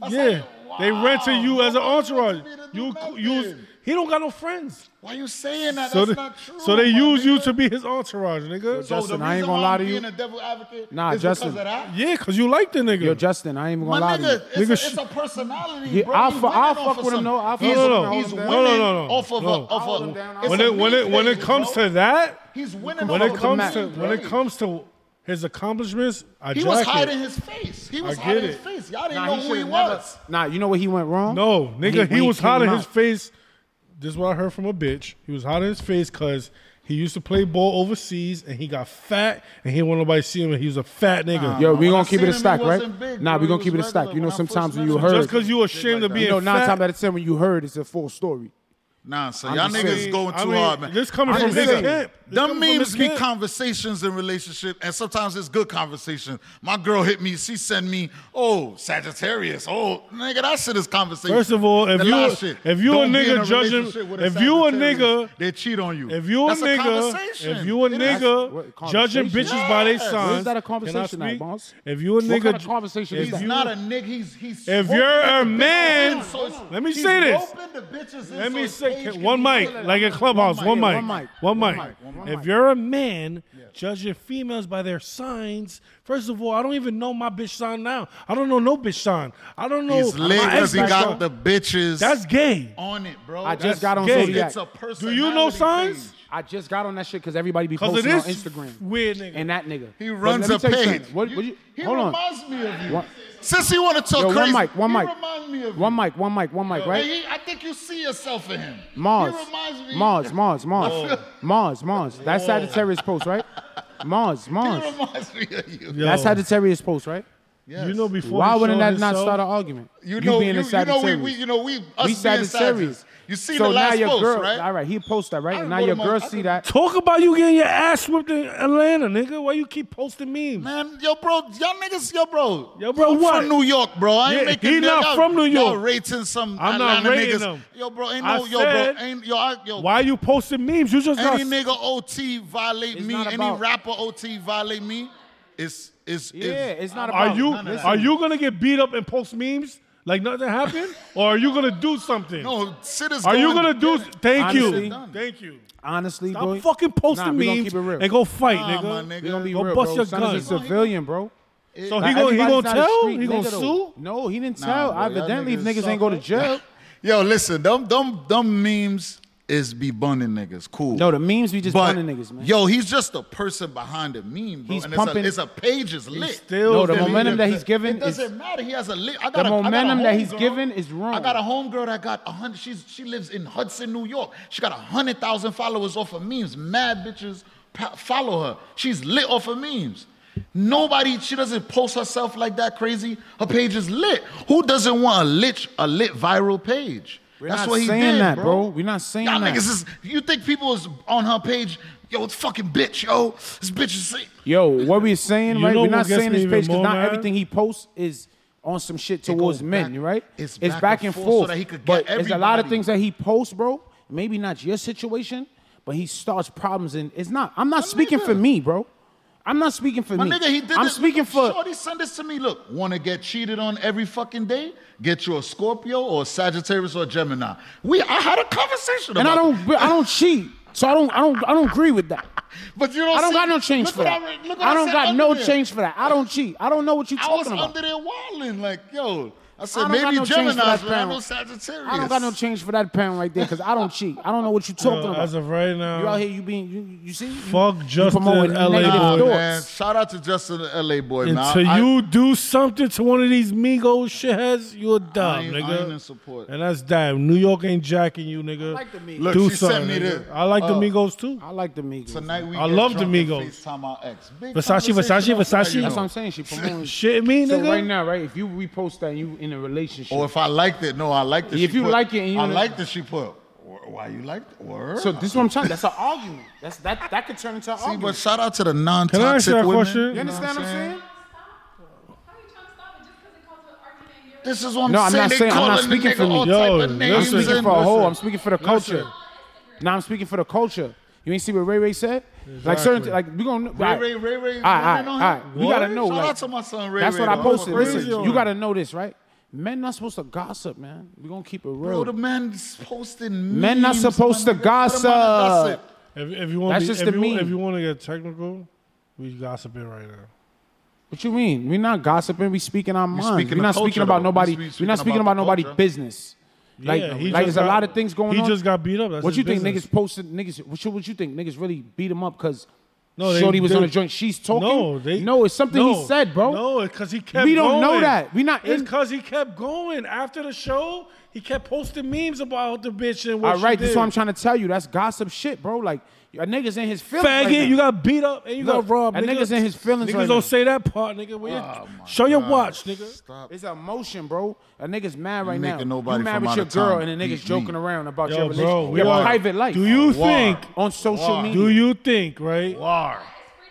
Speaker 2: I was
Speaker 1: Yeah,
Speaker 2: like,
Speaker 1: they rented you
Speaker 2: wow,
Speaker 1: as an
Speaker 2: nobody
Speaker 1: entourage.
Speaker 2: wants me to do
Speaker 1: You,
Speaker 2: nothing.
Speaker 1: you, he don't got no friends.
Speaker 2: Why you saying that?
Speaker 1: so
Speaker 2: That's
Speaker 1: they,
Speaker 2: not true.
Speaker 1: so they
Speaker 2: my
Speaker 1: use you
Speaker 2: nigga.
Speaker 1: to be his entourage, nigga.
Speaker 2: So
Speaker 4: Justin,
Speaker 2: the
Speaker 4: I ain't
Speaker 2: reason
Speaker 4: gonna
Speaker 2: why
Speaker 4: lie
Speaker 2: I'm
Speaker 4: to you.
Speaker 2: Being a devil advocate
Speaker 4: Nah,
Speaker 2: is
Speaker 4: Justin.
Speaker 2: because of that.
Speaker 1: yeah, cause you like the nigga.
Speaker 4: Yo, Justin, I ain't even
Speaker 2: My
Speaker 4: gonna lie to you.
Speaker 2: nigga, it's,
Speaker 1: Nigga,
Speaker 2: a,
Speaker 1: sh-
Speaker 2: it's a personality.
Speaker 4: Yeah,
Speaker 2: bro.
Speaker 4: I'll
Speaker 2: He's
Speaker 4: fu- I'll
Speaker 2: winning
Speaker 4: fuck
Speaker 2: off of
Speaker 4: with him,
Speaker 2: some-
Speaker 4: though. I'll fuck
Speaker 2: he's,
Speaker 4: with him,
Speaker 1: no, no.
Speaker 2: He's
Speaker 1: No,
Speaker 2: winning
Speaker 1: no, no, no.
Speaker 2: off of
Speaker 1: No.
Speaker 2: a, off
Speaker 4: hold him down,
Speaker 2: a
Speaker 4: I'll
Speaker 2: it's
Speaker 1: when
Speaker 2: a
Speaker 1: it when it when
Speaker 2: league
Speaker 1: it
Speaker 2: thing,
Speaker 1: comes
Speaker 2: bro.
Speaker 1: to that,
Speaker 2: he's winning
Speaker 1: when
Speaker 2: off
Speaker 1: it
Speaker 2: of
Speaker 1: comes
Speaker 2: the
Speaker 1: to
Speaker 2: league,
Speaker 1: when it
Speaker 2: bro.
Speaker 1: comes to his accomplishments, I
Speaker 2: He
Speaker 1: jack
Speaker 2: was
Speaker 1: it.
Speaker 2: hiding his face. He was
Speaker 1: I
Speaker 2: hiding
Speaker 1: get
Speaker 2: his
Speaker 1: it.
Speaker 2: face. Y'all didn't
Speaker 4: Nah,
Speaker 2: know
Speaker 4: he
Speaker 2: who he
Speaker 4: should've never-
Speaker 2: was.
Speaker 4: Nah, you know where he went wrong?
Speaker 1: No,
Speaker 4: When
Speaker 1: nigga, he,
Speaker 4: when
Speaker 1: was
Speaker 4: came
Speaker 1: hiding his
Speaker 4: out.
Speaker 1: face. This is what I heard from a bitch. He was hiding his face because he used to play ball overseas and he got fat and he didn't want nobody to see him and he was a fat nigga.
Speaker 4: Yo,
Speaker 2: When
Speaker 4: we
Speaker 2: I
Speaker 4: gonna
Speaker 2: seen
Speaker 4: keep it a
Speaker 2: him, he
Speaker 4: stack,
Speaker 2: wasn't
Speaker 4: right?
Speaker 2: big,
Speaker 4: nah,
Speaker 2: bro.
Speaker 4: we
Speaker 2: He
Speaker 4: gonna keep it a
Speaker 2: was
Speaker 4: stack.
Speaker 2: regular
Speaker 4: You know,
Speaker 2: when I first
Speaker 4: sometimes when
Speaker 2: met
Speaker 4: you
Speaker 2: him.
Speaker 4: heard,
Speaker 1: Just because you ashamed of
Speaker 4: you
Speaker 1: being
Speaker 4: know, nine times
Speaker 1: fat.
Speaker 4: out of ten when you heard, it's a full story.
Speaker 2: Nah, so
Speaker 4: I'm
Speaker 2: y'all
Speaker 4: just
Speaker 2: niggas
Speaker 4: saying-
Speaker 2: going too
Speaker 1: I mean,
Speaker 2: hard, man.
Speaker 1: this coming
Speaker 2: I'm
Speaker 1: from
Speaker 2: just
Speaker 1: his
Speaker 2: saying,
Speaker 1: camp. This
Speaker 2: Them
Speaker 1: coming from
Speaker 2: memes
Speaker 1: his
Speaker 2: be
Speaker 1: camp.
Speaker 2: conversations in relationship, and sometimes it's good conversation. My girl hit me. She sent me, "Oh, Sagittarius." Oh, nigga, that shit is conversation.
Speaker 1: First of all, if
Speaker 2: The
Speaker 1: you-
Speaker 2: lie shit.
Speaker 1: if you a
Speaker 2: Don't be
Speaker 1: nigga
Speaker 2: in
Speaker 1: judging-
Speaker 2: relationship with a
Speaker 1: if you a
Speaker 2: Sagittarius,
Speaker 1: nigga-
Speaker 2: they cheat on you.
Speaker 1: If you a
Speaker 2: That's
Speaker 1: nigga,
Speaker 2: conversation.
Speaker 1: if you a
Speaker 2: It is.
Speaker 1: nigga
Speaker 4: what,
Speaker 1: judging bitches
Speaker 4: conversation?
Speaker 1: by their
Speaker 2: Yes.
Speaker 1: signs,
Speaker 4: What is that a
Speaker 1: can I
Speaker 4: conversation at,
Speaker 1: speak?
Speaker 4: boss?
Speaker 1: If you a nigga,
Speaker 4: kind of
Speaker 1: ju-
Speaker 4: conversation
Speaker 1: if
Speaker 4: is that?
Speaker 2: He's
Speaker 1: you-
Speaker 2: not a nigga. He's he's.
Speaker 1: If
Speaker 2: roping
Speaker 1: you're
Speaker 2: the
Speaker 1: a
Speaker 2: bitches
Speaker 1: man-
Speaker 2: in, so it's-
Speaker 1: Let me
Speaker 2: he's
Speaker 1: say this.
Speaker 2: roping the bitches in,
Speaker 1: Let
Speaker 2: so
Speaker 1: me
Speaker 2: it's
Speaker 1: say
Speaker 2: age
Speaker 1: Ca-
Speaker 2: can
Speaker 1: one
Speaker 2: be
Speaker 1: mic,
Speaker 2: good at-
Speaker 1: like a clubhouse.
Speaker 4: mic,
Speaker 1: One
Speaker 4: yeah,
Speaker 1: mic,
Speaker 4: one mic,
Speaker 1: one
Speaker 4: one
Speaker 1: mic.
Speaker 4: mic, one
Speaker 1: If
Speaker 4: mic.
Speaker 1: you're a man, judge your females by their signs. First of all, I don't even know my bitch sign now. I don't know no bitch sign. I don't know.
Speaker 2: He's lit
Speaker 1: my
Speaker 2: because he
Speaker 1: ex
Speaker 2: got
Speaker 1: sign.
Speaker 2: the bitches
Speaker 1: That's gay.
Speaker 2: on it, bro.
Speaker 4: I just
Speaker 2: That's
Speaker 4: got on
Speaker 2: gay.
Speaker 4: Zodiac.
Speaker 2: It's a person.
Speaker 1: Do you know signs?
Speaker 4: I just got on that shit because everybody be
Speaker 1: Because of
Speaker 4: posting on
Speaker 1: this
Speaker 4: Instagram.
Speaker 1: weird nigga.
Speaker 4: and that nigga.
Speaker 2: He
Speaker 4: But
Speaker 2: runs
Speaker 4: let me
Speaker 2: a
Speaker 4: tell you
Speaker 2: page.
Speaker 4: something. What, what you,
Speaker 2: he
Speaker 4: hold on.
Speaker 2: reminds me of you.
Speaker 4: What-
Speaker 2: Since he want to talk
Speaker 4: Yo, one
Speaker 2: crazy,
Speaker 4: mic, one
Speaker 2: he
Speaker 4: mic.
Speaker 2: remind me of you.
Speaker 4: One mic, one mic, one mic,
Speaker 2: Right?
Speaker 4: right?
Speaker 2: I think you see yourself in him.
Speaker 4: Mars.
Speaker 2: He reminds me.
Speaker 4: Mars, Mars, Mars. Mars, Mars. That's Sagittarius post, right? Mars,
Speaker 2: He
Speaker 4: Mars.
Speaker 2: reminds me of you.
Speaker 1: Yo,
Speaker 4: That's Sagittarius post, right?
Speaker 2: Yes.
Speaker 1: You know before.
Speaker 4: Why
Speaker 1: the
Speaker 4: wouldn't
Speaker 1: show
Speaker 4: that
Speaker 1: this
Speaker 4: not
Speaker 1: show-
Speaker 4: start an argument?
Speaker 2: You know, you,
Speaker 4: being a
Speaker 2: you know, we,
Speaker 4: Sagittarius.
Speaker 2: we, you know, we, us
Speaker 4: we
Speaker 2: being Sagittarius.
Speaker 4: Sagittarius.
Speaker 2: You see
Speaker 4: so
Speaker 2: the last
Speaker 4: now your
Speaker 2: post,
Speaker 4: girl,
Speaker 2: right?
Speaker 4: All right, he post that, right?
Speaker 2: I done
Speaker 4: And now
Speaker 2: wrote
Speaker 4: your
Speaker 2: him on-
Speaker 4: girl
Speaker 2: I
Speaker 4: see
Speaker 2: done-
Speaker 4: that.
Speaker 1: Talk about you getting your ass whipped in Atlanta, nigga. Why you keep posting memes?
Speaker 2: Man, yo, bro, y'all niggas, yo, bro.
Speaker 1: Yo, bro,
Speaker 2: I'm
Speaker 1: what?
Speaker 2: from New York, bro. I ain't
Speaker 1: Yeah,
Speaker 2: making
Speaker 1: he
Speaker 2: no-
Speaker 1: not
Speaker 2: y'all-
Speaker 1: from New
Speaker 2: Y'all
Speaker 1: York.
Speaker 2: rating some
Speaker 1: I'm not
Speaker 2: Atlanta
Speaker 1: rating
Speaker 2: niggas.
Speaker 1: him.
Speaker 2: Yo, bro, ain't
Speaker 1: I
Speaker 2: no, yo,
Speaker 1: said-
Speaker 2: bro, ain't yo, I, yo.
Speaker 1: Why you posting memes? You just got
Speaker 2: Any nigga OT violate
Speaker 4: It's
Speaker 2: me.
Speaker 4: not
Speaker 2: Any
Speaker 4: about-
Speaker 2: rapper OT violate me. It's it's
Speaker 4: Yeah, it's not about
Speaker 1: Are you
Speaker 4: Listen,
Speaker 1: are you gonna get beat up and post memes like nothing happened, or are you gonna do something?
Speaker 2: no shit is
Speaker 1: Are you
Speaker 2: going-
Speaker 1: gonna do? Thank
Speaker 4: Honestly,
Speaker 1: you. Thank you.
Speaker 4: honestly,
Speaker 1: Stop
Speaker 4: bro?
Speaker 1: fucking
Speaker 4: nah,
Speaker 1: posting
Speaker 4: we gonna
Speaker 1: memes
Speaker 4: keep it real.
Speaker 1: and go fight,
Speaker 2: Nah,
Speaker 1: nigga.
Speaker 2: my nigga.
Speaker 4: We gonna be
Speaker 1: Go
Speaker 4: real,
Speaker 1: bust
Speaker 4: bro.
Speaker 1: your
Speaker 4: Son
Speaker 1: gun.
Speaker 4: is a civilian, bro.
Speaker 1: So
Speaker 4: Like,
Speaker 1: he gonna he
Speaker 4: everybody's
Speaker 1: gonna
Speaker 4: not a
Speaker 1: tell?
Speaker 4: street
Speaker 1: He
Speaker 4: nigga,
Speaker 1: gonna
Speaker 4: though.
Speaker 1: sue?
Speaker 4: No, he didn't
Speaker 2: Nah,
Speaker 4: tell.
Speaker 2: bro, y'all
Speaker 4: Evidently, if
Speaker 2: niggas
Speaker 4: niggas ain't go to
Speaker 2: suck.
Speaker 4: jail.
Speaker 2: Yo, listen, them them them memes is be bunning niggas. Cool.
Speaker 4: No, the memes we just
Speaker 2: But,
Speaker 4: bunning niggas, man.
Speaker 2: Yo, he's just the person behind the meme, bro.
Speaker 4: He's
Speaker 2: and
Speaker 4: pumping-
Speaker 2: It's a, it's a page is lit.
Speaker 1: still No, the
Speaker 4: the momentum that he's given
Speaker 2: It doesn't
Speaker 4: is-
Speaker 2: matter. He has a lit. I got
Speaker 4: The
Speaker 2: a, I got a
Speaker 4: momentum that
Speaker 2: homegirl.
Speaker 4: he's given is wrong.
Speaker 2: I got a homegirl that got a hundred. She's she lives in Hudson, New York. She got a hundred thousand followers off of memes. Mad bitches pa- follow her. She's lit off of memes. Nobody. She doesn't post herself like that crazy. Her page is lit. Who doesn't want a lit a lit viral page?
Speaker 4: We're
Speaker 2: That's
Speaker 4: not
Speaker 2: what he
Speaker 4: saying
Speaker 2: did,
Speaker 4: that,
Speaker 2: bro.
Speaker 4: bro. We're not saying
Speaker 2: Y'all
Speaker 4: that.
Speaker 2: niggas is. You think people is on her page? Yo, it's fucking bitch. Yo, this bitch is sick.
Speaker 4: Yo, what we're saying,
Speaker 1: You
Speaker 4: right?
Speaker 1: know
Speaker 4: We're
Speaker 1: what
Speaker 4: not
Speaker 1: gets
Speaker 4: saying
Speaker 1: me
Speaker 4: his
Speaker 1: even
Speaker 4: page because
Speaker 1: more
Speaker 4: not
Speaker 1: mad?
Speaker 4: everything he posts is on some shit towards
Speaker 2: goes
Speaker 4: men,
Speaker 2: back-
Speaker 4: right?
Speaker 2: it's
Speaker 4: it's
Speaker 2: back
Speaker 4: back
Speaker 2: and
Speaker 4: and
Speaker 2: forth
Speaker 4: forth.
Speaker 2: so that he could
Speaker 4: but
Speaker 2: get
Speaker 4: there's a lot of
Speaker 2: everybody.
Speaker 4: things that he posts, bro. Maybe not your situation, but he starts problems, and it's not. I'm not speaking for
Speaker 2: nigga.
Speaker 4: me, bro. I'm not speaking for
Speaker 2: My
Speaker 4: me.
Speaker 2: nigga, he did
Speaker 4: I'm
Speaker 2: this.
Speaker 4: speaking for.
Speaker 2: Shorty sent this to me. Look, want to get cheated on every fucking day? Get you a Scorpio or a Sagittarius or a Gemini. We, I had a conversation
Speaker 4: and I
Speaker 2: about
Speaker 4: don't.
Speaker 2: it.
Speaker 4: I don't cheat, so I don't. I don't. I don't agree with that.
Speaker 2: But you don't
Speaker 4: I don't
Speaker 2: see-
Speaker 4: got no change
Speaker 2: look
Speaker 4: for
Speaker 2: what
Speaker 4: that.
Speaker 2: I, re- look what
Speaker 4: I don't
Speaker 2: said
Speaker 4: got
Speaker 2: under
Speaker 4: no
Speaker 2: there.
Speaker 4: change for that. I don't cheat. I don't know what you're
Speaker 2: I was
Speaker 4: talking about.
Speaker 2: under there wilding like, yo. I
Speaker 4: I
Speaker 2: said
Speaker 4: don't
Speaker 2: maybe
Speaker 4: got no change for
Speaker 2: Gemini's,
Speaker 4: that
Speaker 2: but I know
Speaker 4: parent.
Speaker 2: Sagittarius.
Speaker 4: I don't got no change for that pound right there because I don't cheat. I don't know what you're
Speaker 1: Yo,
Speaker 4: talking about.
Speaker 1: as of right now,
Speaker 4: you out here, you being, you, you see? You,
Speaker 1: Fuck
Speaker 4: you
Speaker 1: Justin,
Speaker 4: promoting
Speaker 1: LA
Speaker 4: negative
Speaker 1: boy.
Speaker 2: Nah,
Speaker 4: thoughts.
Speaker 2: man. Shout out to Justin, the LA boy, man.
Speaker 1: until
Speaker 2: I-
Speaker 1: you do something to one of these Migos shitheads, you're
Speaker 2: I, I,
Speaker 1: dumb,
Speaker 2: ain't,
Speaker 1: nigga.
Speaker 2: I ain't in support.
Speaker 1: And that's damn. New York ain't jacking you, nigga.
Speaker 4: like the Migos.
Speaker 2: Look,
Speaker 1: Do
Speaker 2: she sent
Speaker 1: something.
Speaker 2: me
Speaker 1: nigga.
Speaker 2: this.
Speaker 1: I like
Speaker 4: Oh.
Speaker 1: the
Speaker 2: Uh,
Speaker 1: Migos too.
Speaker 4: I like the Migos.
Speaker 2: Tonight we
Speaker 1: I
Speaker 2: get
Speaker 1: love
Speaker 2: drunk
Speaker 1: the
Speaker 2: and
Speaker 1: Migos.
Speaker 2: FaceTime our ex. Big
Speaker 1: Versace, Versace,
Speaker 2: conversation on Friday,
Speaker 1: Versace.
Speaker 2: you know.
Speaker 4: That's what I'm saying. She promoting.
Speaker 1: Shit, me,
Speaker 4: so
Speaker 1: nigga.
Speaker 4: right now, right, if you repost that, and you in a relationship.
Speaker 2: Or if I liked it, no, I liked it.
Speaker 4: If
Speaker 2: she
Speaker 4: you
Speaker 2: put-
Speaker 4: like it and you-
Speaker 2: I liked it. She put. "Wh- Why you liked it? Word.
Speaker 4: so this is what I'm trying. That's an argument. That's that. That could turn into an
Speaker 2: See, but
Speaker 4: argument.
Speaker 2: shout out to the
Speaker 1: Can I ask
Speaker 2: non-toxic
Speaker 1: you a
Speaker 2: women.
Speaker 1: question?
Speaker 4: You understand what I'm saying?
Speaker 2: This is what I'm
Speaker 4: No, I'm
Speaker 2: saying.
Speaker 4: not
Speaker 2: They
Speaker 4: saying- I'm not
Speaker 2: calling the
Speaker 4: speaking for
Speaker 2: nigga all
Speaker 1: me.
Speaker 2: type
Speaker 1: Yo,
Speaker 2: of
Speaker 1: listen.
Speaker 4: I'm
Speaker 2: names
Speaker 4: speaking
Speaker 2: and-
Speaker 4: for a whole.
Speaker 1: listen.
Speaker 4: I'm speaking for the culture. Now I'm speaking for the culture. You ain't see what Ray Ray said? Like certain, like we gonna
Speaker 2: Ray Ray, Ray Ray.
Speaker 4: All
Speaker 2: women
Speaker 4: right, all right,
Speaker 2: on
Speaker 4: all
Speaker 2: here?
Speaker 4: right. We gotta
Speaker 2: What?
Speaker 4: know.
Speaker 2: Shout
Speaker 4: like,
Speaker 2: out to my son Ray.
Speaker 4: That's
Speaker 2: Ray,
Speaker 4: what I
Speaker 2: though.
Speaker 4: posted.
Speaker 2: I'm crazy
Speaker 4: Listen,
Speaker 1: on
Speaker 4: you
Speaker 1: it.
Speaker 4: gotta know this, right? Men not supposed to gossip, man. We gonna keep it real.
Speaker 2: Bro, the man's posting.
Speaker 4: Men not
Speaker 2: memes,
Speaker 4: supposed
Speaker 2: my
Speaker 4: to
Speaker 2: nigga. Put them on the
Speaker 4: gossip.
Speaker 1: If, if you want,
Speaker 4: That's
Speaker 1: to be,
Speaker 4: just
Speaker 1: if,
Speaker 4: the
Speaker 1: you,
Speaker 4: meme.
Speaker 1: if you want to get technical, we gossiping right now.
Speaker 4: what you mean? We're not gossiping. We speaking our minds.
Speaker 2: speaking
Speaker 4: We're
Speaker 2: the
Speaker 4: not
Speaker 2: culture,
Speaker 4: speaking about
Speaker 2: though.
Speaker 4: nobody.
Speaker 2: We
Speaker 4: We're
Speaker 2: speak-
Speaker 4: not
Speaker 2: speaking
Speaker 4: speaking
Speaker 2: about
Speaker 4: about
Speaker 2: the
Speaker 4: nobody's
Speaker 2: culture.
Speaker 4: business. Like,
Speaker 1: Yeah, he
Speaker 4: like
Speaker 1: just
Speaker 4: there's a
Speaker 1: got-
Speaker 4: lot of things going
Speaker 1: he
Speaker 4: on.
Speaker 1: just got beat up. That's
Speaker 4: what
Speaker 1: his
Speaker 4: you think
Speaker 1: business.
Speaker 4: niggas posted? Niggas, what you, what you think niggas really beat him up because
Speaker 1: No, they-
Speaker 4: Shorty was
Speaker 1: they-
Speaker 4: on a joint? She's talking.
Speaker 1: No, they
Speaker 4: no, it's something
Speaker 1: no,
Speaker 4: he said, bro.
Speaker 1: No, because he kept.
Speaker 4: We don't know
Speaker 1: going.
Speaker 4: that. We not
Speaker 1: It's
Speaker 4: in-
Speaker 1: because he kept going after the show. He kept posting memes about the bitch and what.
Speaker 4: All right,
Speaker 1: she
Speaker 4: this is
Speaker 1: did.
Speaker 4: what I'm trying to tell you. That's gossip shit, bro. Like a niggas in his feelings.
Speaker 1: Faggot,
Speaker 4: right now.
Speaker 1: you got beat up and you
Speaker 4: Look,
Speaker 1: got robbed.
Speaker 4: that
Speaker 1: nigga.
Speaker 4: niggas in his feelings
Speaker 1: Niggas
Speaker 4: right
Speaker 1: don't
Speaker 4: now.
Speaker 1: say that part, nigga. Where
Speaker 2: Oh,
Speaker 1: you
Speaker 2: my
Speaker 1: show your
Speaker 2: God.
Speaker 1: watch, nigga.
Speaker 2: Stop.
Speaker 4: It's emotion, bro. A nigga's mad right
Speaker 2: Nigga,
Speaker 4: now.
Speaker 2: nobody
Speaker 4: you mad
Speaker 2: from
Speaker 4: with
Speaker 2: out
Speaker 4: your
Speaker 2: of
Speaker 4: girl
Speaker 2: town
Speaker 4: and the niggas
Speaker 2: beat
Speaker 4: joking
Speaker 2: me.
Speaker 4: around about
Speaker 1: Yo,
Speaker 4: your
Speaker 1: bro,
Speaker 4: relationship,
Speaker 1: we
Speaker 4: your
Speaker 1: are-
Speaker 4: private life
Speaker 1: Do you think?
Speaker 4: on social
Speaker 2: War.
Speaker 4: media.
Speaker 1: Do you think? Right?
Speaker 2: War.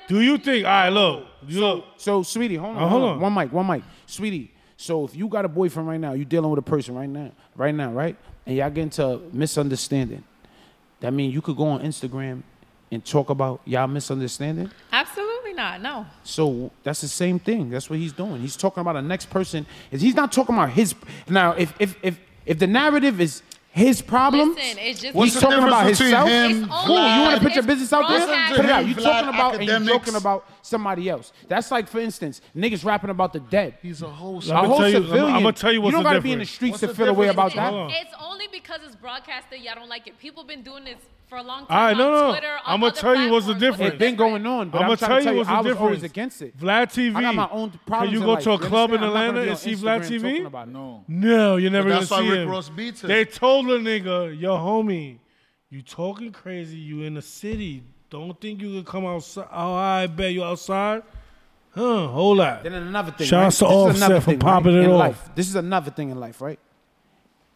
Speaker 1: Do you think? All right, look. You look.
Speaker 4: So, sweetie, hold on,
Speaker 1: Oh,
Speaker 4: hold
Speaker 1: hold
Speaker 4: on.
Speaker 1: on.
Speaker 4: One mic, one mic, sweetie. So, if you got a boyfriend right now, you dealing with a person right now, right now, right, and y'all get into a misunderstanding, that means you could go on Instagram and talk about y'all misunderstanding.
Speaker 6: Absolutely not. No.
Speaker 4: So that's the same thing. That's what he's doing. He's talking about the next person. Is he's not talking about his now? If if if if the narrative is his problems.
Speaker 6: Listen, it's just
Speaker 4: He's
Speaker 2: the
Speaker 4: talking
Speaker 2: difference
Speaker 4: about
Speaker 2: between
Speaker 4: himself.
Speaker 2: him,
Speaker 6: It's only
Speaker 4: Cool, you want
Speaker 6: Vlad.
Speaker 4: to put your
Speaker 6: It's
Speaker 4: business out there?
Speaker 6: Vlad
Speaker 4: Put it out. You
Speaker 2: academics.
Speaker 4: talking about and you
Speaker 2: Academics.
Speaker 4: joking about somebody else. That's like, for instance, niggas rapping about the dead.
Speaker 2: He's a whole.
Speaker 4: A whole
Speaker 1: tell you- I'ma-
Speaker 4: civilian.
Speaker 1: I'ma tell you what's
Speaker 4: don't
Speaker 1: the
Speaker 4: gotta be in the
Speaker 1: difference.
Speaker 4: streets
Speaker 2: What's
Speaker 4: to
Speaker 2: the
Speaker 4: feel a way
Speaker 2: difference
Speaker 1: between-
Speaker 4: about that.
Speaker 1: Hold on.
Speaker 6: It's only because it's broadcasted. Y'all don't like it. People been doing this for a long time.
Speaker 1: Alright, no,
Speaker 6: on
Speaker 1: no, no.
Speaker 6: Twitter, on
Speaker 1: I'ma
Speaker 6: other
Speaker 1: tell you what's the
Speaker 6: platforms.
Speaker 1: difference.
Speaker 4: It's been going on, but I'm,
Speaker 1: I'ma
Speaker 4: trying
Speaker 1: tell
Speaker 4: to
Speaker 1: you
Speaker 4: tell you,
Speaker 1: what's the
Speaker 4: I was always
Speaker 1: difference.
Speaker 4: against it.
Speaker 1: Vlad TV.
Speaker 4: I got my own problems.
Speaker 1: Can you
Speaker 4: in
Speaker 1: go
Speaker 4: life.
Speaker 1: to a club in
Speaker 4: understand? I'm not gonna
Speaker 1: Atlanta
Speaker 4: be
Speaker 1: and see
Speaker 4: on
Speaker 1: Vlad
Speaker 4: Instagram talking
Speaker 1: TV?
Speaker 4: about it.
Speaker 2: No.
Speaker 1: No, you're never
Speaker 2: But
Speaker 1: gonna
Speaker 2: that's why
Speaker 1: see
Speaker 2: Rick
Speaker 1: him.
Speaker 2: Ross beat him.
Speaker 1: They told the nigga, "Yo, homie, you talking crazy. You in the city. Don't think you can come outside. Oh, I bet you outside. Huh? Hold up.
Speaker 4: Then another thing.
Speaker 1: Shout
Speaker 4: right?
Speaker 1: out to
Speaker 4: This is
Speaker 1: Offset
Speaker 4: another
Speaker 1: for
Speaker 4: thing,
Speaker 1: popping
Speaker 4: right?
Speaker 1: it
Speaker 4: in
Speaker 1: off.
Speaker 4: Life. This is another thing in life, right?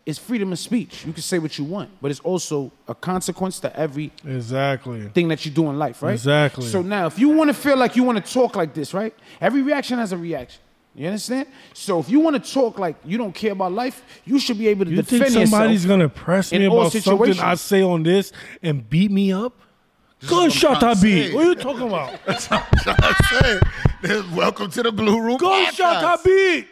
Speaker 4: It's freedom of speech. You can say what you want, but it's also a consequence to every
Speaker 1: Exactly.
Speaker 4: thing that you do in life, right?
Speaker 1: Exactly.
Speaker 4: So now, if you want to feel like you want to talk like this, right? Every reaction has a reaction. You understand? So if you want to talk like you don't care about life, you should be able to
Speaker 1: You think
Speaker 4: defend
Speaker 1: somebody's
Speaker 4: yourself.
Speaker 1: gonna press me
Speaker 4: in all
Speaker 1: about something I
Speaker 4: situations.
Speaker 1: say on this and beat me up?
Speaker 2: what I'm
Speaker 1: Gunshot I
Speaker 2: trying to
Speaker 1: beat.
Speaker 2: say.
Speaker 1: What are you talking about?
Speaker 2: I said, welcome to the blue room.
Speaker 1: Gunshot I
Speaker 2: Podcast.
Speaker 1: beat.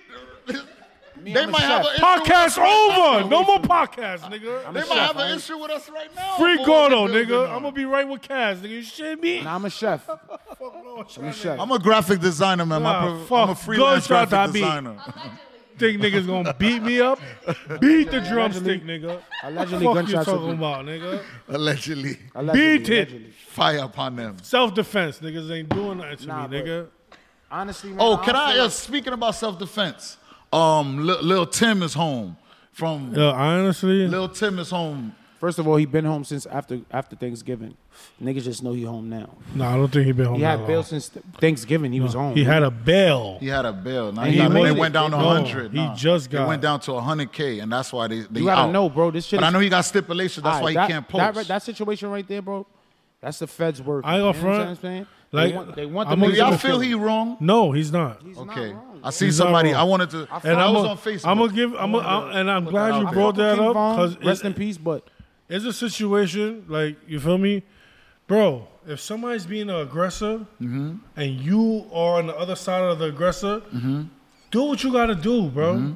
Speaker 2: They might have an
Speaker 1: Podcast over. No more podcast, nigga.
Speaker 2: They might have an issue with us right now.
Speaker 1: Free
Speaker 2: for what
Speaker 1: Gordo,
Speaker 2: we're
Speaker 1: nigga.
Speaker 2: building
Speaker 1: I'm
Speaker 2: on.
Speaker 1: gonna be right with Kaz, nigga. You shit me? Oh,
Speaker 4: Now I'm a chef. I'm a chef.
Speaker 2: I'm a graphic designer, man.
Speaker 1: Nah,
Speaker 2: My pro-
Speaker 1: fuck.
Speaker 2: I'm a freelance
Speaker 1: Gunshot I
Speaker 2: graphic
Speaker 1: beat.
Speaker 2: designer.
Speaker 1: Think niggas gonna beat me up? Beat the drumstick, nigga.
Speaker 4: Allegedly
Speaker 1: Fuck you
Speaker 4: gunshots are
Speaker 1: talking
Speaker 4: beat.
Speaker 1: about, nigga?
Speaker 2: Allegedly,
Speaker 4: Allegedly,
Speaker 1: Beat it.
Speaker 4: allegedly.
Speaker 2: fire upon them.
Speaker 1: Self defense, niggas ain't doing nothing to
Speaker 4: Nah,
Speaker 1: me,
Speaker 4: but-
Speaker 1: nigga.
Speaker 4: Honestly, man,
Speaker 2: Oh, can
Speaker 4: don't
Speaker 2: I?
Speaker 4: feel
Speaker 2: Uh, speaking about self defense, um, Lil, Lil Tim is home from.
Speaker 1: Yo, I Uh, honestly,
Speaker 2: Lil Tim is home.
Speaker 4: like- First of all, he been home since after after Thanksgiving. Niggas just know he home now.
Speaker 1: nah, I don't think he been home.
Speaker 4: He
Speaker 1: that
Speaker 4: had
Speaker 1: long.
Speaker 4: bail since th- Thanksgiving. He was home.
Speaker 1: He had a bail.
Speaker 2: He had a bill. Now
Speaker 4: And
Speaker 2: he
Speaker 4: he
Speaker 2: got,
Speaker 4: made
Speaker 2: they
Speaker 4: it.
Speaker 2: went down to
Speaker 1: No,
Speaker 2: 100.
Speaker 1: he
Speaker 2: Nah,
Speaker 1: just
Speaker 2: They
Speaker 1: got
Speaker 2: went
Speaker 1: it.
Speaker 2: down to 100k, and that's why they. they
Speaker 4: You gotta
Speaker 2: out.
Speaker 4: know, bro. This shit.
Speaker 2: Oh. But I
Speaker 4: is-
Speaker 2: know he got stipulations. That's
Speaker 4: Alright,
Speaker 2: why he
Speaker 4: that-
Speaker 2: can't
Speaker 4: That,
Speaker 2: post.
Speaker 4: right- that situation right there, bro. That's the feds work.
Speaker 1: I ain't gonna
Speaker 4: You know what
Speaker 1: front.
Speaker 4: I'm saying?
Speaker 1: Like,
Speaker 4: they want, they want the
Speaker 1: I'm gonna
Speaker 2: Do
Speaker 4: niggas
Speaker 1: give
Speaker 2: y'all
Speaker 1: a
Speaker 4: to
Speaker 2: feel
Speaker 1: shit.
Speaker 2: he wrong?
Speaker 1: No, he's not.
Speaker 2: okay,
Speaker 4: wrong.
Speaker 2: I see
Speaker 1: He's not
Speaker 2: somebody.
Speaker 1: wrong.
Speaker 2: I wanted to. I,
Speaker 1: And I'm
Speaker 2: was
Speaker 1: a-
Speaker 2: on Facebook.
Speaker 1: I'm gonna give. I'm. A, I'm and I'm
Speaker 2: Put
Speaker 1: glad
Speaker 2: that
Speaker 1: you
Speaker 2: out
Speaker 1: brought
Speaker 4: King
Speaker 1: that up
Speaker 4: Von,
Speaker 1: because
Speaker 4: rest in peace, but
Speaker 1: It's a situation like you feel me, bro. If somebody's being an aggressor
Speaker 4: Mm-hmm.
Speaker 1: and you are on the other side of the aggressor,
Speaker 4: Mm-hmm.
Speaker 1: do what you gotta do, bro.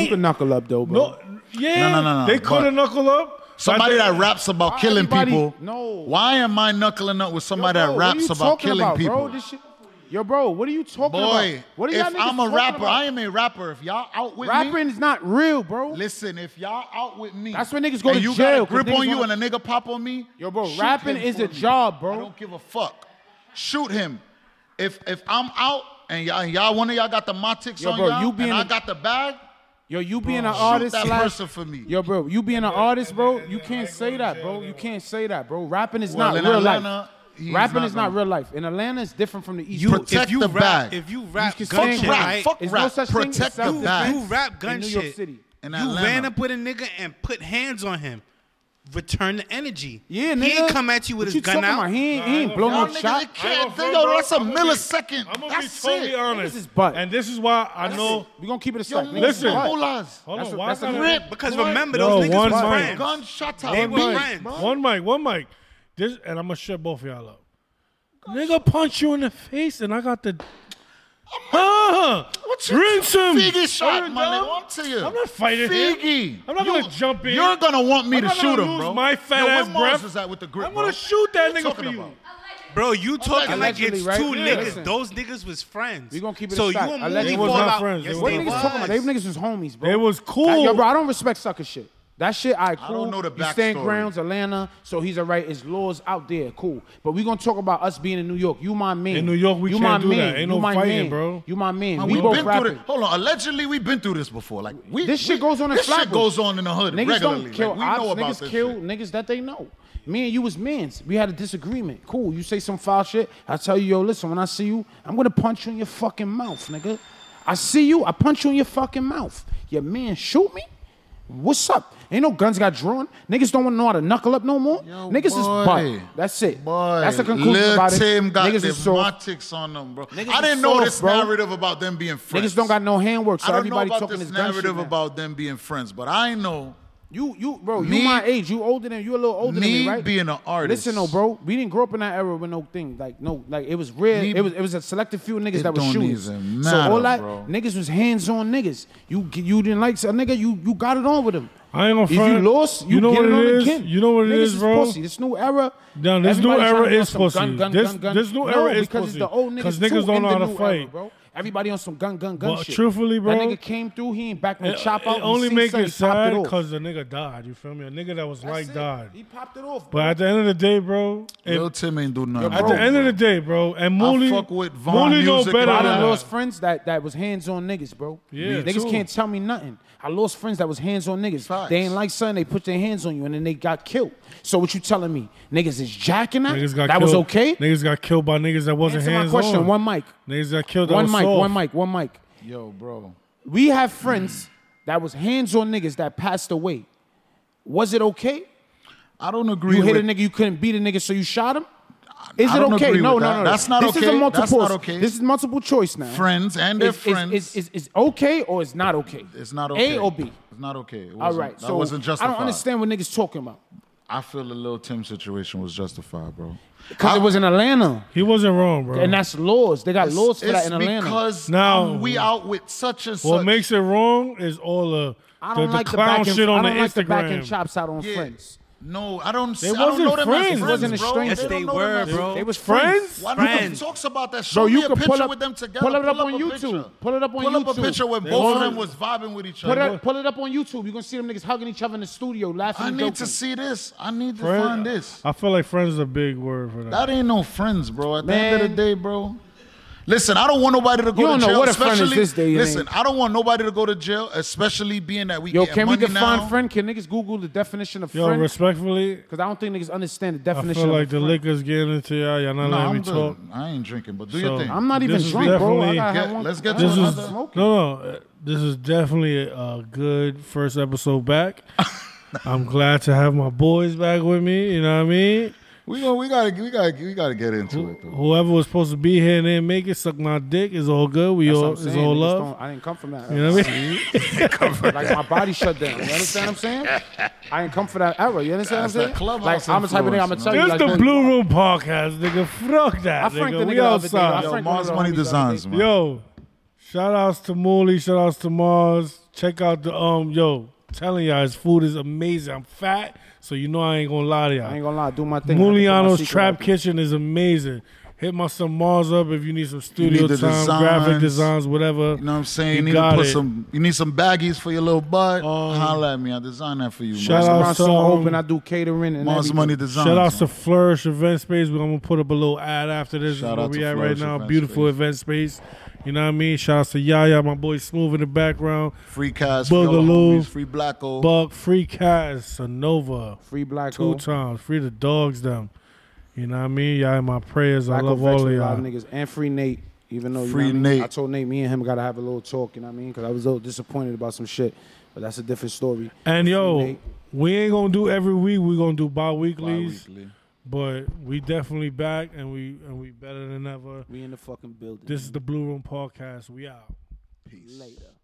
Speaker 4: you can knuckle up though, bro.
Speaker 1: No, yeah,
Speaker 2: No, no, no, no,
Speaker 1: they
Speaker 2: but-
Speaker 1: could have knuckle up. but
Speaker 2: Somebody
Speaker 1: they-
Speaker 2: that raps about killing
Speaker 4: everybody-
Speaker 2: people.
Speaker 4: No.
Speaker 2: Why am I knuckling up with
Speaker 4: Yo,
Speaker 2: somebody
Speaker 4: bro,
Speaker 2: that
Speaker 4: what are
Speaker 2: raps
Speaker 4: you
Speaker 2: about
Speaker 4: talking
Speaker 2: killing
Speaker 4: about,
Speaker 2: people?
Speaker 4: Bro? This shit, yo, bro, what are you talking
Speaker 2: Boy,
Speaker 4: about? What are y'all
Speaker 2: if
Speaker 4: niggas
Speaker 2: I'm a
Speaker 4: talking
Speaker 2: rapper,
Speaker 4: about?
Speaker 2: I am a rapper. If y'all out with me,
Speaker 4: rapping is not real, bro.
Speaker 2: listen. If y'all out with me,
Speaker 4: That's when niggas go
Speaker 2: and
Speaker 4: to
Speaker 2: you
Speaker 4: jail, 'cause
Speaker 2: Got a grip
Speaker 4: niggas
Speaker 2: on you
Speaker 4: wanna-
Speaker 2: and a nigga pop on me.
Speaker 4: Yo, bro,
Speaker 2: shoot
Speaker 4: rapping
Speaker 2: him
Speaker 4: is
Speaker 2: for
Speaker 4: a
Speaker 2: me.
Speaker 4: job, bro.
Speaker 2: I don't give a fuck. Shoot him. If if I'm out and y'all, and y'all one of y'all got the matics
Speaker 4: Yo,
Speaker 2: on
Speaker 4: bro,
Speaker 2: y'all,
Speaker 4: you
Speaker 2: and
Speaker 4: being
Speaker 2: I
Speaker 4: a-
Speaker 2: got the bag,
Speaker 4: Yo, you being an
Speaker 2: shoot
Speaker 4: artist,
Speaker 2: that
Speaker 4: slash,
Speaker 2: person for me.
Speaker 4: yo, bro, you being an artist, bro, you can't
Speaker 1: I
Speaker 4: say
Speaker 1: go to
Speaker 4: that,
Speaker 1: jail,
Speaker 4: bro.
Speaker 1: they
Speaker 4: You
Speaker 1: won't.
Speaker 4: can't say that, bro. Rapping is
Speaker 2: Well,
Speaker 4: not
Speaker 2: in
Speaker 4: real
Speaker 2: Atlanta,
Speaker 4: life.
Speaker 2: he's
Speaker 4: Rapping
Speaker 2: not
Speaker 4: is not
Speaker 2: gonna-
Speaker 4: real life. In Atlanta, it's different from the East.
Speaker 7: You
Speaker 4: Coast.
Speaker 2: protect
Speaker 7: if you
Speaker 2: the
Speaker 7: rap,
Speaker 2: bag.
Speaker 7: if you rap
Speaker 4: You can
Speaker 7: gun
Speaker 4: sing
Speaker 7: shit,
Speaker 4: rap.
Speaker 7: right?
Speaker 2: Fuck
Speaker 4: There's
Speaker 2: rap.
Speaker 4: no such thing as
Speaker 2: Protect the
Speaker 4: self-defense.
Speaker 2: bag.
Speaker 7: You rap gun
Speaker 4: in New shit.
Speaker 7: shit.
Speaker 2: In
Speaker 7: you
Speaker 2: Atlanta.
Speaker 7: ran up with a nigga and put hands on him. Return the energy.
Speaker 4: Yeah, nigga.
Speaker 7: He ain't come at you
Speaker 4: What
Speaker 7: with
Speaker 4: you
Speaker 7: his gun
Speaker 4: talking
Speaker 7: out.
Speaker 4: About? He ain't, he ain't
Speaker 1: Nah,
Speaker 4: blow
Speaker 2: Y'all
Speaker 4: no
Speaker 2: niggas
Speaker 4: shot.
Speaker 2: that can't
Speaker 1: I
Speaker 2: think,
Speaker 1: don't
Speaker 2: yo,
Speaker 1: know,
Speaker 2: that's a
Speaker 1: I'm gonna be-
Speaker 2: millisecond.
Speaker 1: I'm gonna be
Speaker 2: That's
Speaker 1: totally
Speaker 2: it.
Speaker 1: honest.
Speaker 4: is butt.
Speaker 1: And this is why I know.
Speaker 4: We're gonna keep it a
Speaker 2: Yo,
Speaker 4: sec. nigga.
Speaker 1: listen.
Speaker 4: It's butt.
Speaker 2: Molas.
Speaker 1: Hold
Speaker 4: That's
Speaker 1: on,
Speaker 4: a-
Speaker 1: why
Speaker 4: that's
Speaker 1: I
Speaker 4: a
Speaker 1: gotta-
Speaker 4: rip.
Speaker 7: Because
Speaker 2: Boy,
Speaker 7: remember,
Speaker 1: Yo,
Speaker 7: those niggas
Speaker 1: one
Speaker 7: was
Speaker 1: mic.
Speaker 7: friends.
Speaker 2: Gunshot.
Speaker 7: They were
Speaker 2: Big,
Speaker 7: friends.
Speaker 2: bro.
Speaker 1: One mic, one mic. This and I'm gonna shut both of y'all up. Nigga punch you in the face and I got the Huh?
Speaker 2: What you
Speaker 1: Rinse him.
Speaker 2: Figgy shot,
Speaker 1: Heard,
Speaker 2: my
Speaker 1: dog?
Speaker 2: nigga. I'm to you.
Speaker 1: I'm not fighting him.
Speaker 2: Figgy.
Speaker 1: I'm not gonna jump in.
Speaker 2: You're gonna want me
Speaker 1: I'm
Speaker 2: to
Speaker 1: not
Speaker 2: shoot
Speaker 1: gonna
Speaker 2: him,
Speaker 1: lose
Speaker 2: bro.
Speaker 1: my fat
Speaker 2: Yo, where
Speaker 1: ass breath.
Speaker 2: Moses at with the grip,
Speaker 1: I'm gonna
Speaker 2: bro?
Speaker 1: shoot that
Speaker 2: What you
Speaker 1: nigga for
Speaker 2: talking
Speaker 1: you.
Speaker 2: about?
Speaker 7: Bro, you talking like
Speaker 4: Allegedly,
Speaker 7: it's
Speaker 4: right?
Speaker 7: two
Speaker 4: Yeah.
Speaker 7: niggas.
Speaker 4: Listen.
Speaker 7: Those niggas was friends.
Speaker 4: We gonna keep it
Speaker 7: So
Speaker 4: a fact.
Speaker 7: you a
Speaker 4: Allegedly. They
Speaker 7: movie
Speaker 4: was
Speaker 1: not
Speaker 7: fallout.
Speaker 1: friends. They
Speaker 7: Yes,
Speaker 1: was
Speaker 4: What
Speaker 7: they
Speaker 4: niggas
Speaker 7: was.
Speaker 4: talking about? They niggas was homies, bro.
Speaker 1: They was cool.
Speaker 4: Like, yo, bro, I don't respect sucker shit. That shit, I cool.
Speaker 2: don't know the
Speaker 4: You stand
Speaker 2: backstory.
Speaker 4: grounds, Atlanta, so he's all right. His laws out there, cool. But we gonna talk about us being in New York. You my man.
Speaker 1: In New York, we
Speaker 4: you
Speaker 1: can't
Speaker 4: my
Speaker 1: do
Speaker 4: man.
Speaker 1: that. Ain't
Speaker 4: you
Speaker 1: no
Speaker 4: my
Speaker 1: fighting,
Speaker 4: man.
Speaker 1: bro.
Speaker 4: You my man.
Speaker 2: Man,
Speaker 4: we,
Speaker 2: we've
Speaker 4: both
Speaker 2: been through
Speaker 4: rapping.
Speaker 2: this. Hold on. Allegedly, we've been through this before. Like we,
Speaker 4: This shit
Speaker 2: we-
Speaker 4: goes on in
Speaker 2: This shit
Speaker 4: Flatbush.
Speaker 2: goes on in the hood
Speaker 4: Niggas
Speaker 2: regularly.
Speaker 4: don't kill
Speaker 2: Like, we
Speaker 4: ops.
Speaker 2: know about
Speaker 4: niggas
Speaker 2: this
Speaker 4: kill
Speaker 2: shit.
Speaker 4: niggas that they know. Me and you was mans. We had a disagreement. Cool. You say some foul shit. I tell you, yo, listen. When I see you, I'm gonna punch you in your fucking mouth, nigga. I see you. I punch you in your fucking mouth. Your man shoot me. What's up? Ain't no guns got drawn. Niggas don't want to know how to knuckle up no more.
Speaker 2: Yo,
Speaker 4: niggas
Speaker 2: boy.
Speaker 4: is butt. That's it.
Speaker 2: Boy,
Speaker 4: That's the conclusion
Speaker 2: Lil
Speaker 4: about it.
Speaker 2: Tim got
Speaker 4: niggas
Speaker 2: the
Speaker 4: is soft.
Speaker 2: matics on them, bro.
Speaker 4: Niggas
Speaker 2: I
Speaker 4: is
Speaker 2: didn't know
Speaker 4: soft,
Speaker 2: this
Speaker 4: bro.
Speaker 2: narrative about them being friends.
Speaker 4: Niggas don't got no handwork, so
Speaker 2: I don't know
Speaker 4: everybody
Speaker 2: about
Speaker 4: talking
Speaker 2: this
Speaker 4: gun shit
Speaker 2: narrative
Speaker 4: now.
Speaker 2: about them being friends, but I know
Speaker 4: You you bro,
Speaker 2: Me-
Speaker 4: you my age. You older than you a little older than
Speaker 2: me
Speaker 4: me, right?
Speaker 2: being an artist.
Speaker 4: Listen though, bro, we didn't grow up in that era with no thing. Like no, like it was rare.
Speaker 2: Me-
Speaker 4: it was it was a selective few niggas
Speaker 2: It
Speaker 4: that was
Speaker 2: don't
Speaker 4: shooting.
Speaker 2: even
Speaker 4: so all
Speaker 2: matter,
Speaker 4: that
Speaker 2: bro.
Speaker 4: niggas was hands on niggas. You you didn't like a nigga, you you got it on with him.
Speaker 1: I ain't gonna
Speaker 4: If you
Speaker 1: front.
Speaker 4: lost, you,
Speaker 1: You know
Speaker 4: get
Speaker 1: what it
Speaker 4: it on
Speaker 1: is?
Speaker 4: again.
Speaker 1: You know what it
Speaker 4: Niggas
Speaker 1: is, bro?
Speaker 4: Pussy. This new era.
Speaker 1: Now, this new
Speaker 4: everybody
Speaker 1: era
Speaker 4: trying to be on
Speaker 1: is
Speaker 4: some
Speaker 1: pussy.
Speaker 4: Gun, gun,
Speaker 1: This-
Speaker 4: gun, gun.
Speaker 1: this new
Speaker 4: No,
Speaker 1: era is
Speaker 4: because
Speaker 1: pussy.
Speaker 4: it's the old niggas
Speaker 1: 'Cause niggas
Speaker 4: too
Speaker 1: don't
Speaker 4: in
Speaker 1: know
Speaker 4: the
Speaker 1: how to
Speaker 4: new Era,
Speaker 1: fight.
Speaker 4: bro. Everybody on some gun, gun, gun
Speaker 1: But
Speaker 4: shit.
Speaker 1: truthfully, bro,
Speaker 4: that nigga came through. He ain't back with
Speaker 1: It,
Speaker 4: chop out.
Speaker 1: it only
Speaker 4: and
Speaker 1: make
Speaker 4: C-Sec,
Speaker 1: it
Speaker 4: he popped
Speaker 1: sad
Speaker 4: off.
Speaker 1: because the nigga died. You feel me? A nigga that was
Speaker 4: That's
Speaker 1: like
Speaker 4: it.
Speaker 1: died.
Speaker 4: He popped it off.
Speaker 1: But
Speaker 4: bro.
Speaker 1: at the end of the day, bro, it-
Speaker 2: Lil Tim ain't do nothing.
Speaker 1: at the end of the day, bro, and Mooney,
Speaker 2: fuck with Von
Speaker 1: Mooney know
Speaker 2: Music
Speaker 1: better
Speaker 4: But I
Speaker 1: than
Speaker 4: done
Speaker 2: Nah.
Speaker 4: lost
Speaker 1: that.
Speaker 4: friends that, that was hands on niggas, bro.
Speaker 1: Yeah, Me
Speaker 4: niggas
Speaker 1: too.
Speaker 4: can't tell me nothing. I lost friends that was hands on niggas.
Speaker 2: Facts.
Speaker 4: They ain't like something. They put their hands on you and then they got killed. So what you telling me, niggas is jacking that?
Speaker 1: Niggas got
Speaker 4: that
Speaker 1: killed.
Speaker 4: was okay.
Speaker 1: Niggas got killed by niggas that wasn't
Speaker 4: Answer my
Speaker 1: hands
Speaker 4: question.
Speaker 1: on.
Speaker 4: One mic.
Speaker 1: Niggas got killed. that
Speaker 4: One
Speaker 1: was
Speaker 4: mic.
Speaker 1: soft.
Speaker 4: One mic. One mic.
Speaker 2: Yo, bro.
Speaker 4: We have friends that was hands on niggas that passed away. Was it okay?
Speaker 2: I don't agree
Speaker 4: You hit a
Speaker 2: with
Speaker 4: nigga, you couldn't beat a nigga, so you shot him. Is
Speaker 2: I
Speaker 4: it
Speaker 2: don't
Speaker 4: okay?
Speaker 2: agree
Speaker 4: no,
Speaker 2: with
Speaker 4: no,
Speaker 2: that.
Speaker 4: no, no.
Speaker 2: That's not
Speaker 4: this
Speaker 2: okay.
Speaker 4: Is a multiple,
Speaker 2: That's not okay.
Speaker 4: This is multiple choice now.
Speaker 2: friends and their
Speaker 4: Is- is-
Speaker 2: friends.
Speaker 4: Is, is, is okay or is not okay?
Speaker 2: It's not okay.
Speaker 4: A or B.
Speaker 2: It's not okay. It
Speaker 4: All
Speaker 2: wasn't-
Speaker 4: right.
Speaker 2: That
Speaker 4: so
Speaker 2: wasn't
Speaker 4: I
Speaker 2: justified.
Speaker 4: don't understand what niggas talking about
Speaker 2: I feel the Lil Tim situation was justified, bro.
Speaker 4: because it was in Atlanta
Speaker 1: He wasn't wrong, bro.
Speaker 4: and that's laws. They got laws for that
Speaker 2: it's
Speaker 4: in Atlanta.
Speaker 2: because
Speaker 1: Now-
Speaker 2: um, we out with such and
Speaker 1: what
Speaker 2: such.
Speaker 1: makes it wrong is all the
Speaker 4: I
Speaker 1: the,
Speaker 4: don't
Speaker 1: the
Speaker 4: like the
Speaker 1: clown
Speaker 4: back and,
Speaker 1: shit on
Speaker 4: I don't
Speaker 1: the
Speaker 4: like
Speaker 1: Instagram.
Speaker 4: the back and chops out on
Speaker 2: Yeah.
Speaker 4: friends.
Speaker 2: No, I don't. They I
Speaker 1: wasn't
Speaker 2: don't know them
Speaker 1: friends.
Speaker 2: As
Speaker 1: It
Speaker 2: friends
Speaker 4: wasn't a
Speaker 2: bro.
Speaker 4: stranger.
Speaker 7: Yes,
Speaker 2: don't
Speaker 7: they
Speaker 2: know
Speaker 7: were,
Speaker 2: them as-
Speaker 7: bro.
Speaker 4: They was friends.
Speaker 2: Why do you
Speaker 7: Friends.
Speaker 2: talks about that? Show
Speaker 4: Bro, you
Speaker 2: me a
Speaker 4: can
Speaker 2: picture
Speaker 4: pull up-
Speaker 2: with them together.
Speaker 4: pull it up on
Speaker 2: a
Speaker 4: YouTube.
Speaker 2: picture.
Speaker 4: Pull it up on
Speaker 2: Pull up a
Speaker 4: YouTube.
Speaker 2: picture where both of them was vibing with each
Speaker 4: Put
Speaker 2: other.
Speaker 4: it, pull it up on YouTube. You're gonna see them niggas hugging each other in the studio, laughing.
Speaker 2: I
Speaker 4: and
Speaker 2: need
Speaker 4: joking.
Speaker 2: to see this. I need to
Speaker 1: Friend-
Speaker 2: find
Speaker 4: uh,
Speaker 2: this.
Speaker 1: I feel like friends is a big word for that.
Speaker 2: That ain't no friends, bro. At the end of the
Speaker 4: Man.
Speaker 2: day, bro. Listen, I don't want nobody to go
Speaker 4: You don't
Speaker 2: to
Speaker 4: know
Speaker 2: jail.
Speaker 4: what a friend is
Speaker 2: especially,
Speaker 4: this day and
Speaker 2: listen, I don't want nobody to go to jail, especially being that we
Speaker 4: Yo,
Speaker 2: get
Speaker 4: can we
Speaker 2: money
Speaker 4: define
Speaker 2: now.
Speaker 4: friend? Can niggas Google the definition of
Speaker 1: Yo,
Speaker 4: friend?
Speaker 1: respectfully,
Speaker 4: Because I don't think niggas understand the
Speaker 1: I
Speaker 4: definition.
Speaker 1: feel
Speaker 4: of
Speaker 1: like the
Speaker 4: a friend.
Speaker 1: liquor's getting into y'all. Y'all not
Speaker 2: No,
Speaker 1: letting
Speaker 2: I'm
Speaker 1: me talk.
Speaker 2: good. I ain't drinking, but do
Speaker 1: So,
Speaker 2: your thing.
Speaker 4: I'm not even
Speaker 1: This is
Speaker 4: drunk, bro. I
Speaker 1: definitely-
Speaker 4: gotta have
Speaker 2: Get-
Speaker 4: one,
Speaker 2: let's get
Speaker 4: I
Speaker 2: to
Speaker 1: This
Speaker 4: gotta
Speaker 1: is
Speaker 4: have
Speaker 2: another-
Speaker 4: smoke.
Speaker 1: no, no. uh, This is definitely a, a good first episode back. I'm glad to have my boys back with me. You know what I mean?
Speaker 2: We gonna, we gotta we gotta we gotta get into it though.
Speaker 1: Whoever was supposed to be here and didn't make it, suck my dick. It's all good. We
Speaker 4: That's what
Speaker 1: all
Speaker 4: I'm
Speaker 1: it's
Speaker 4: saying.
Speaker 1: all
Speaker 4: Niggas
Speaker 1: love.
Speaker 4: don't- I didn't come from that.
Speaker 1: You know what I mean?
Speaker 4: like my body shut down. You understand what I'm saying? I ain't come for that era. You understand
Speaker 2: That's
Speaker 4: what
Speaker 2: that
Speaker 4: I'm saying?
Speaker 2: clubhouse
Speaker 4: Like I'm the type of nigga I'm gonna
Speaker 2: influence,
Speaker 4: tell you.
Speaker 1: This
Speaker 4: like,
Speaker 1: the
Speaker 4: look,
Speaker 1: Blue Room podcast, nigga. Fuck that,
Speaker 4: I franked
Speaker 1: nigga.
Speaker 4: the
Speaker 1: We
Speaker 4: nigga the other day.
Speaker 1: outside.
Speaker 4: I
Speaker 2: Yo,
Speaker 4: franked
Speaker 2: Mars
Speaker 4: one of the
Speaker 2: Money
Speaker 4: homies
Speaker 2: Designs,
Speaker 4: the
Speaker 2: man.
Speaker 1: Yo, shout outs to Mooley, shout outs to Mars. Check out the um yo, telling y'all his food is amazing. I'm fat, so you know I ain't gonna lie to
Speaker 4: I ain't
Speaker 1: y'all.
Speaker 4: gonna lie, do my thing.
Speaker 1: Muliano's Trap Kitchen is amazing. Hit my son Mars up if you need some studio
Speaker 2: the
Speaker 1: time, graphic
Speaker 2: designs.
Speaker 1: designs, whatever.
Speaker 2: You know what I'm saying? You,
Speaker 1: You
Speaker 2: need to
Speaker 1: got
Speaker 2: put
Speaker 1: it. Uh,
Speaker 2: some you need some baggies for your little butt. Holla at me. I designed that for you,
Speaker 1: Shout
Speaker 2: man.
Speaker 1: out
Speaker 4: Restaurants are
Speaker 1: So, um,
Speaker 4: open. I do catering and
Speaker 2: Mars
Speaker 4: everything.
Speaker 2: Money Designs.
Speaker 1: Shout outs to
Speaker 2: man.
Speaker 1: Flourish Event Space. We're gonna put up a little ad after this.
Speaker 2: Shout
Speaker 1: Shout where
Speaker 2: out
Speaker 1: we
Speaker 2: to
Speaker 1: at
Speaker 2: Flourish
Speaker 1: right now.
Speaker 2: Event
Speaker 1: Beautiful
Speaker 2: Space.
Speaker 1: event space. You know what I mean? Shout outs to Yaya, my boy Smooth in the background.
Speaker 2: Free Cash, free all the
Speaker 1: Boogaloo.
Speaker 2: homies, Free Blacko.
Speaker 1: Buck, Free Cast, Sonova,
Speaker 4: Free black
Speaker 1: two
Speaker 4: hole.
Speaker 1: times. Free the dogs them. You know what I mean? Y'all in my prayers. I
Speaker 4: Black
Speaker 1: love
Speaker 4: Hole Vex
Speaker 1: all of
Speaker 4: with a lot of
Speaker 1: y'all.
Speaker 4: niggas and free Nate. Even though you
Speaker 2: Free
Speaker 4: know what I mean?
Speaker 2: Nate.
Speaker 4: I told Nate, me and him gotta have a little talk. You know what I mean? Because I was a little disappointed about some shit, but that's a different story.
Speaker 1: And yo,
Speaker 4: Nate.
Speaker 1: we ain't gonna do every week. We're gonna do bi weeklies.
Speaker 2: Bi-weekly.
Speaker 1: But we definitely back and we and we better than ever.
Speaker 4: We in the fucking building.
Speaker 1: This is the Blue Room Podcast. We out.
Speaker 4: later.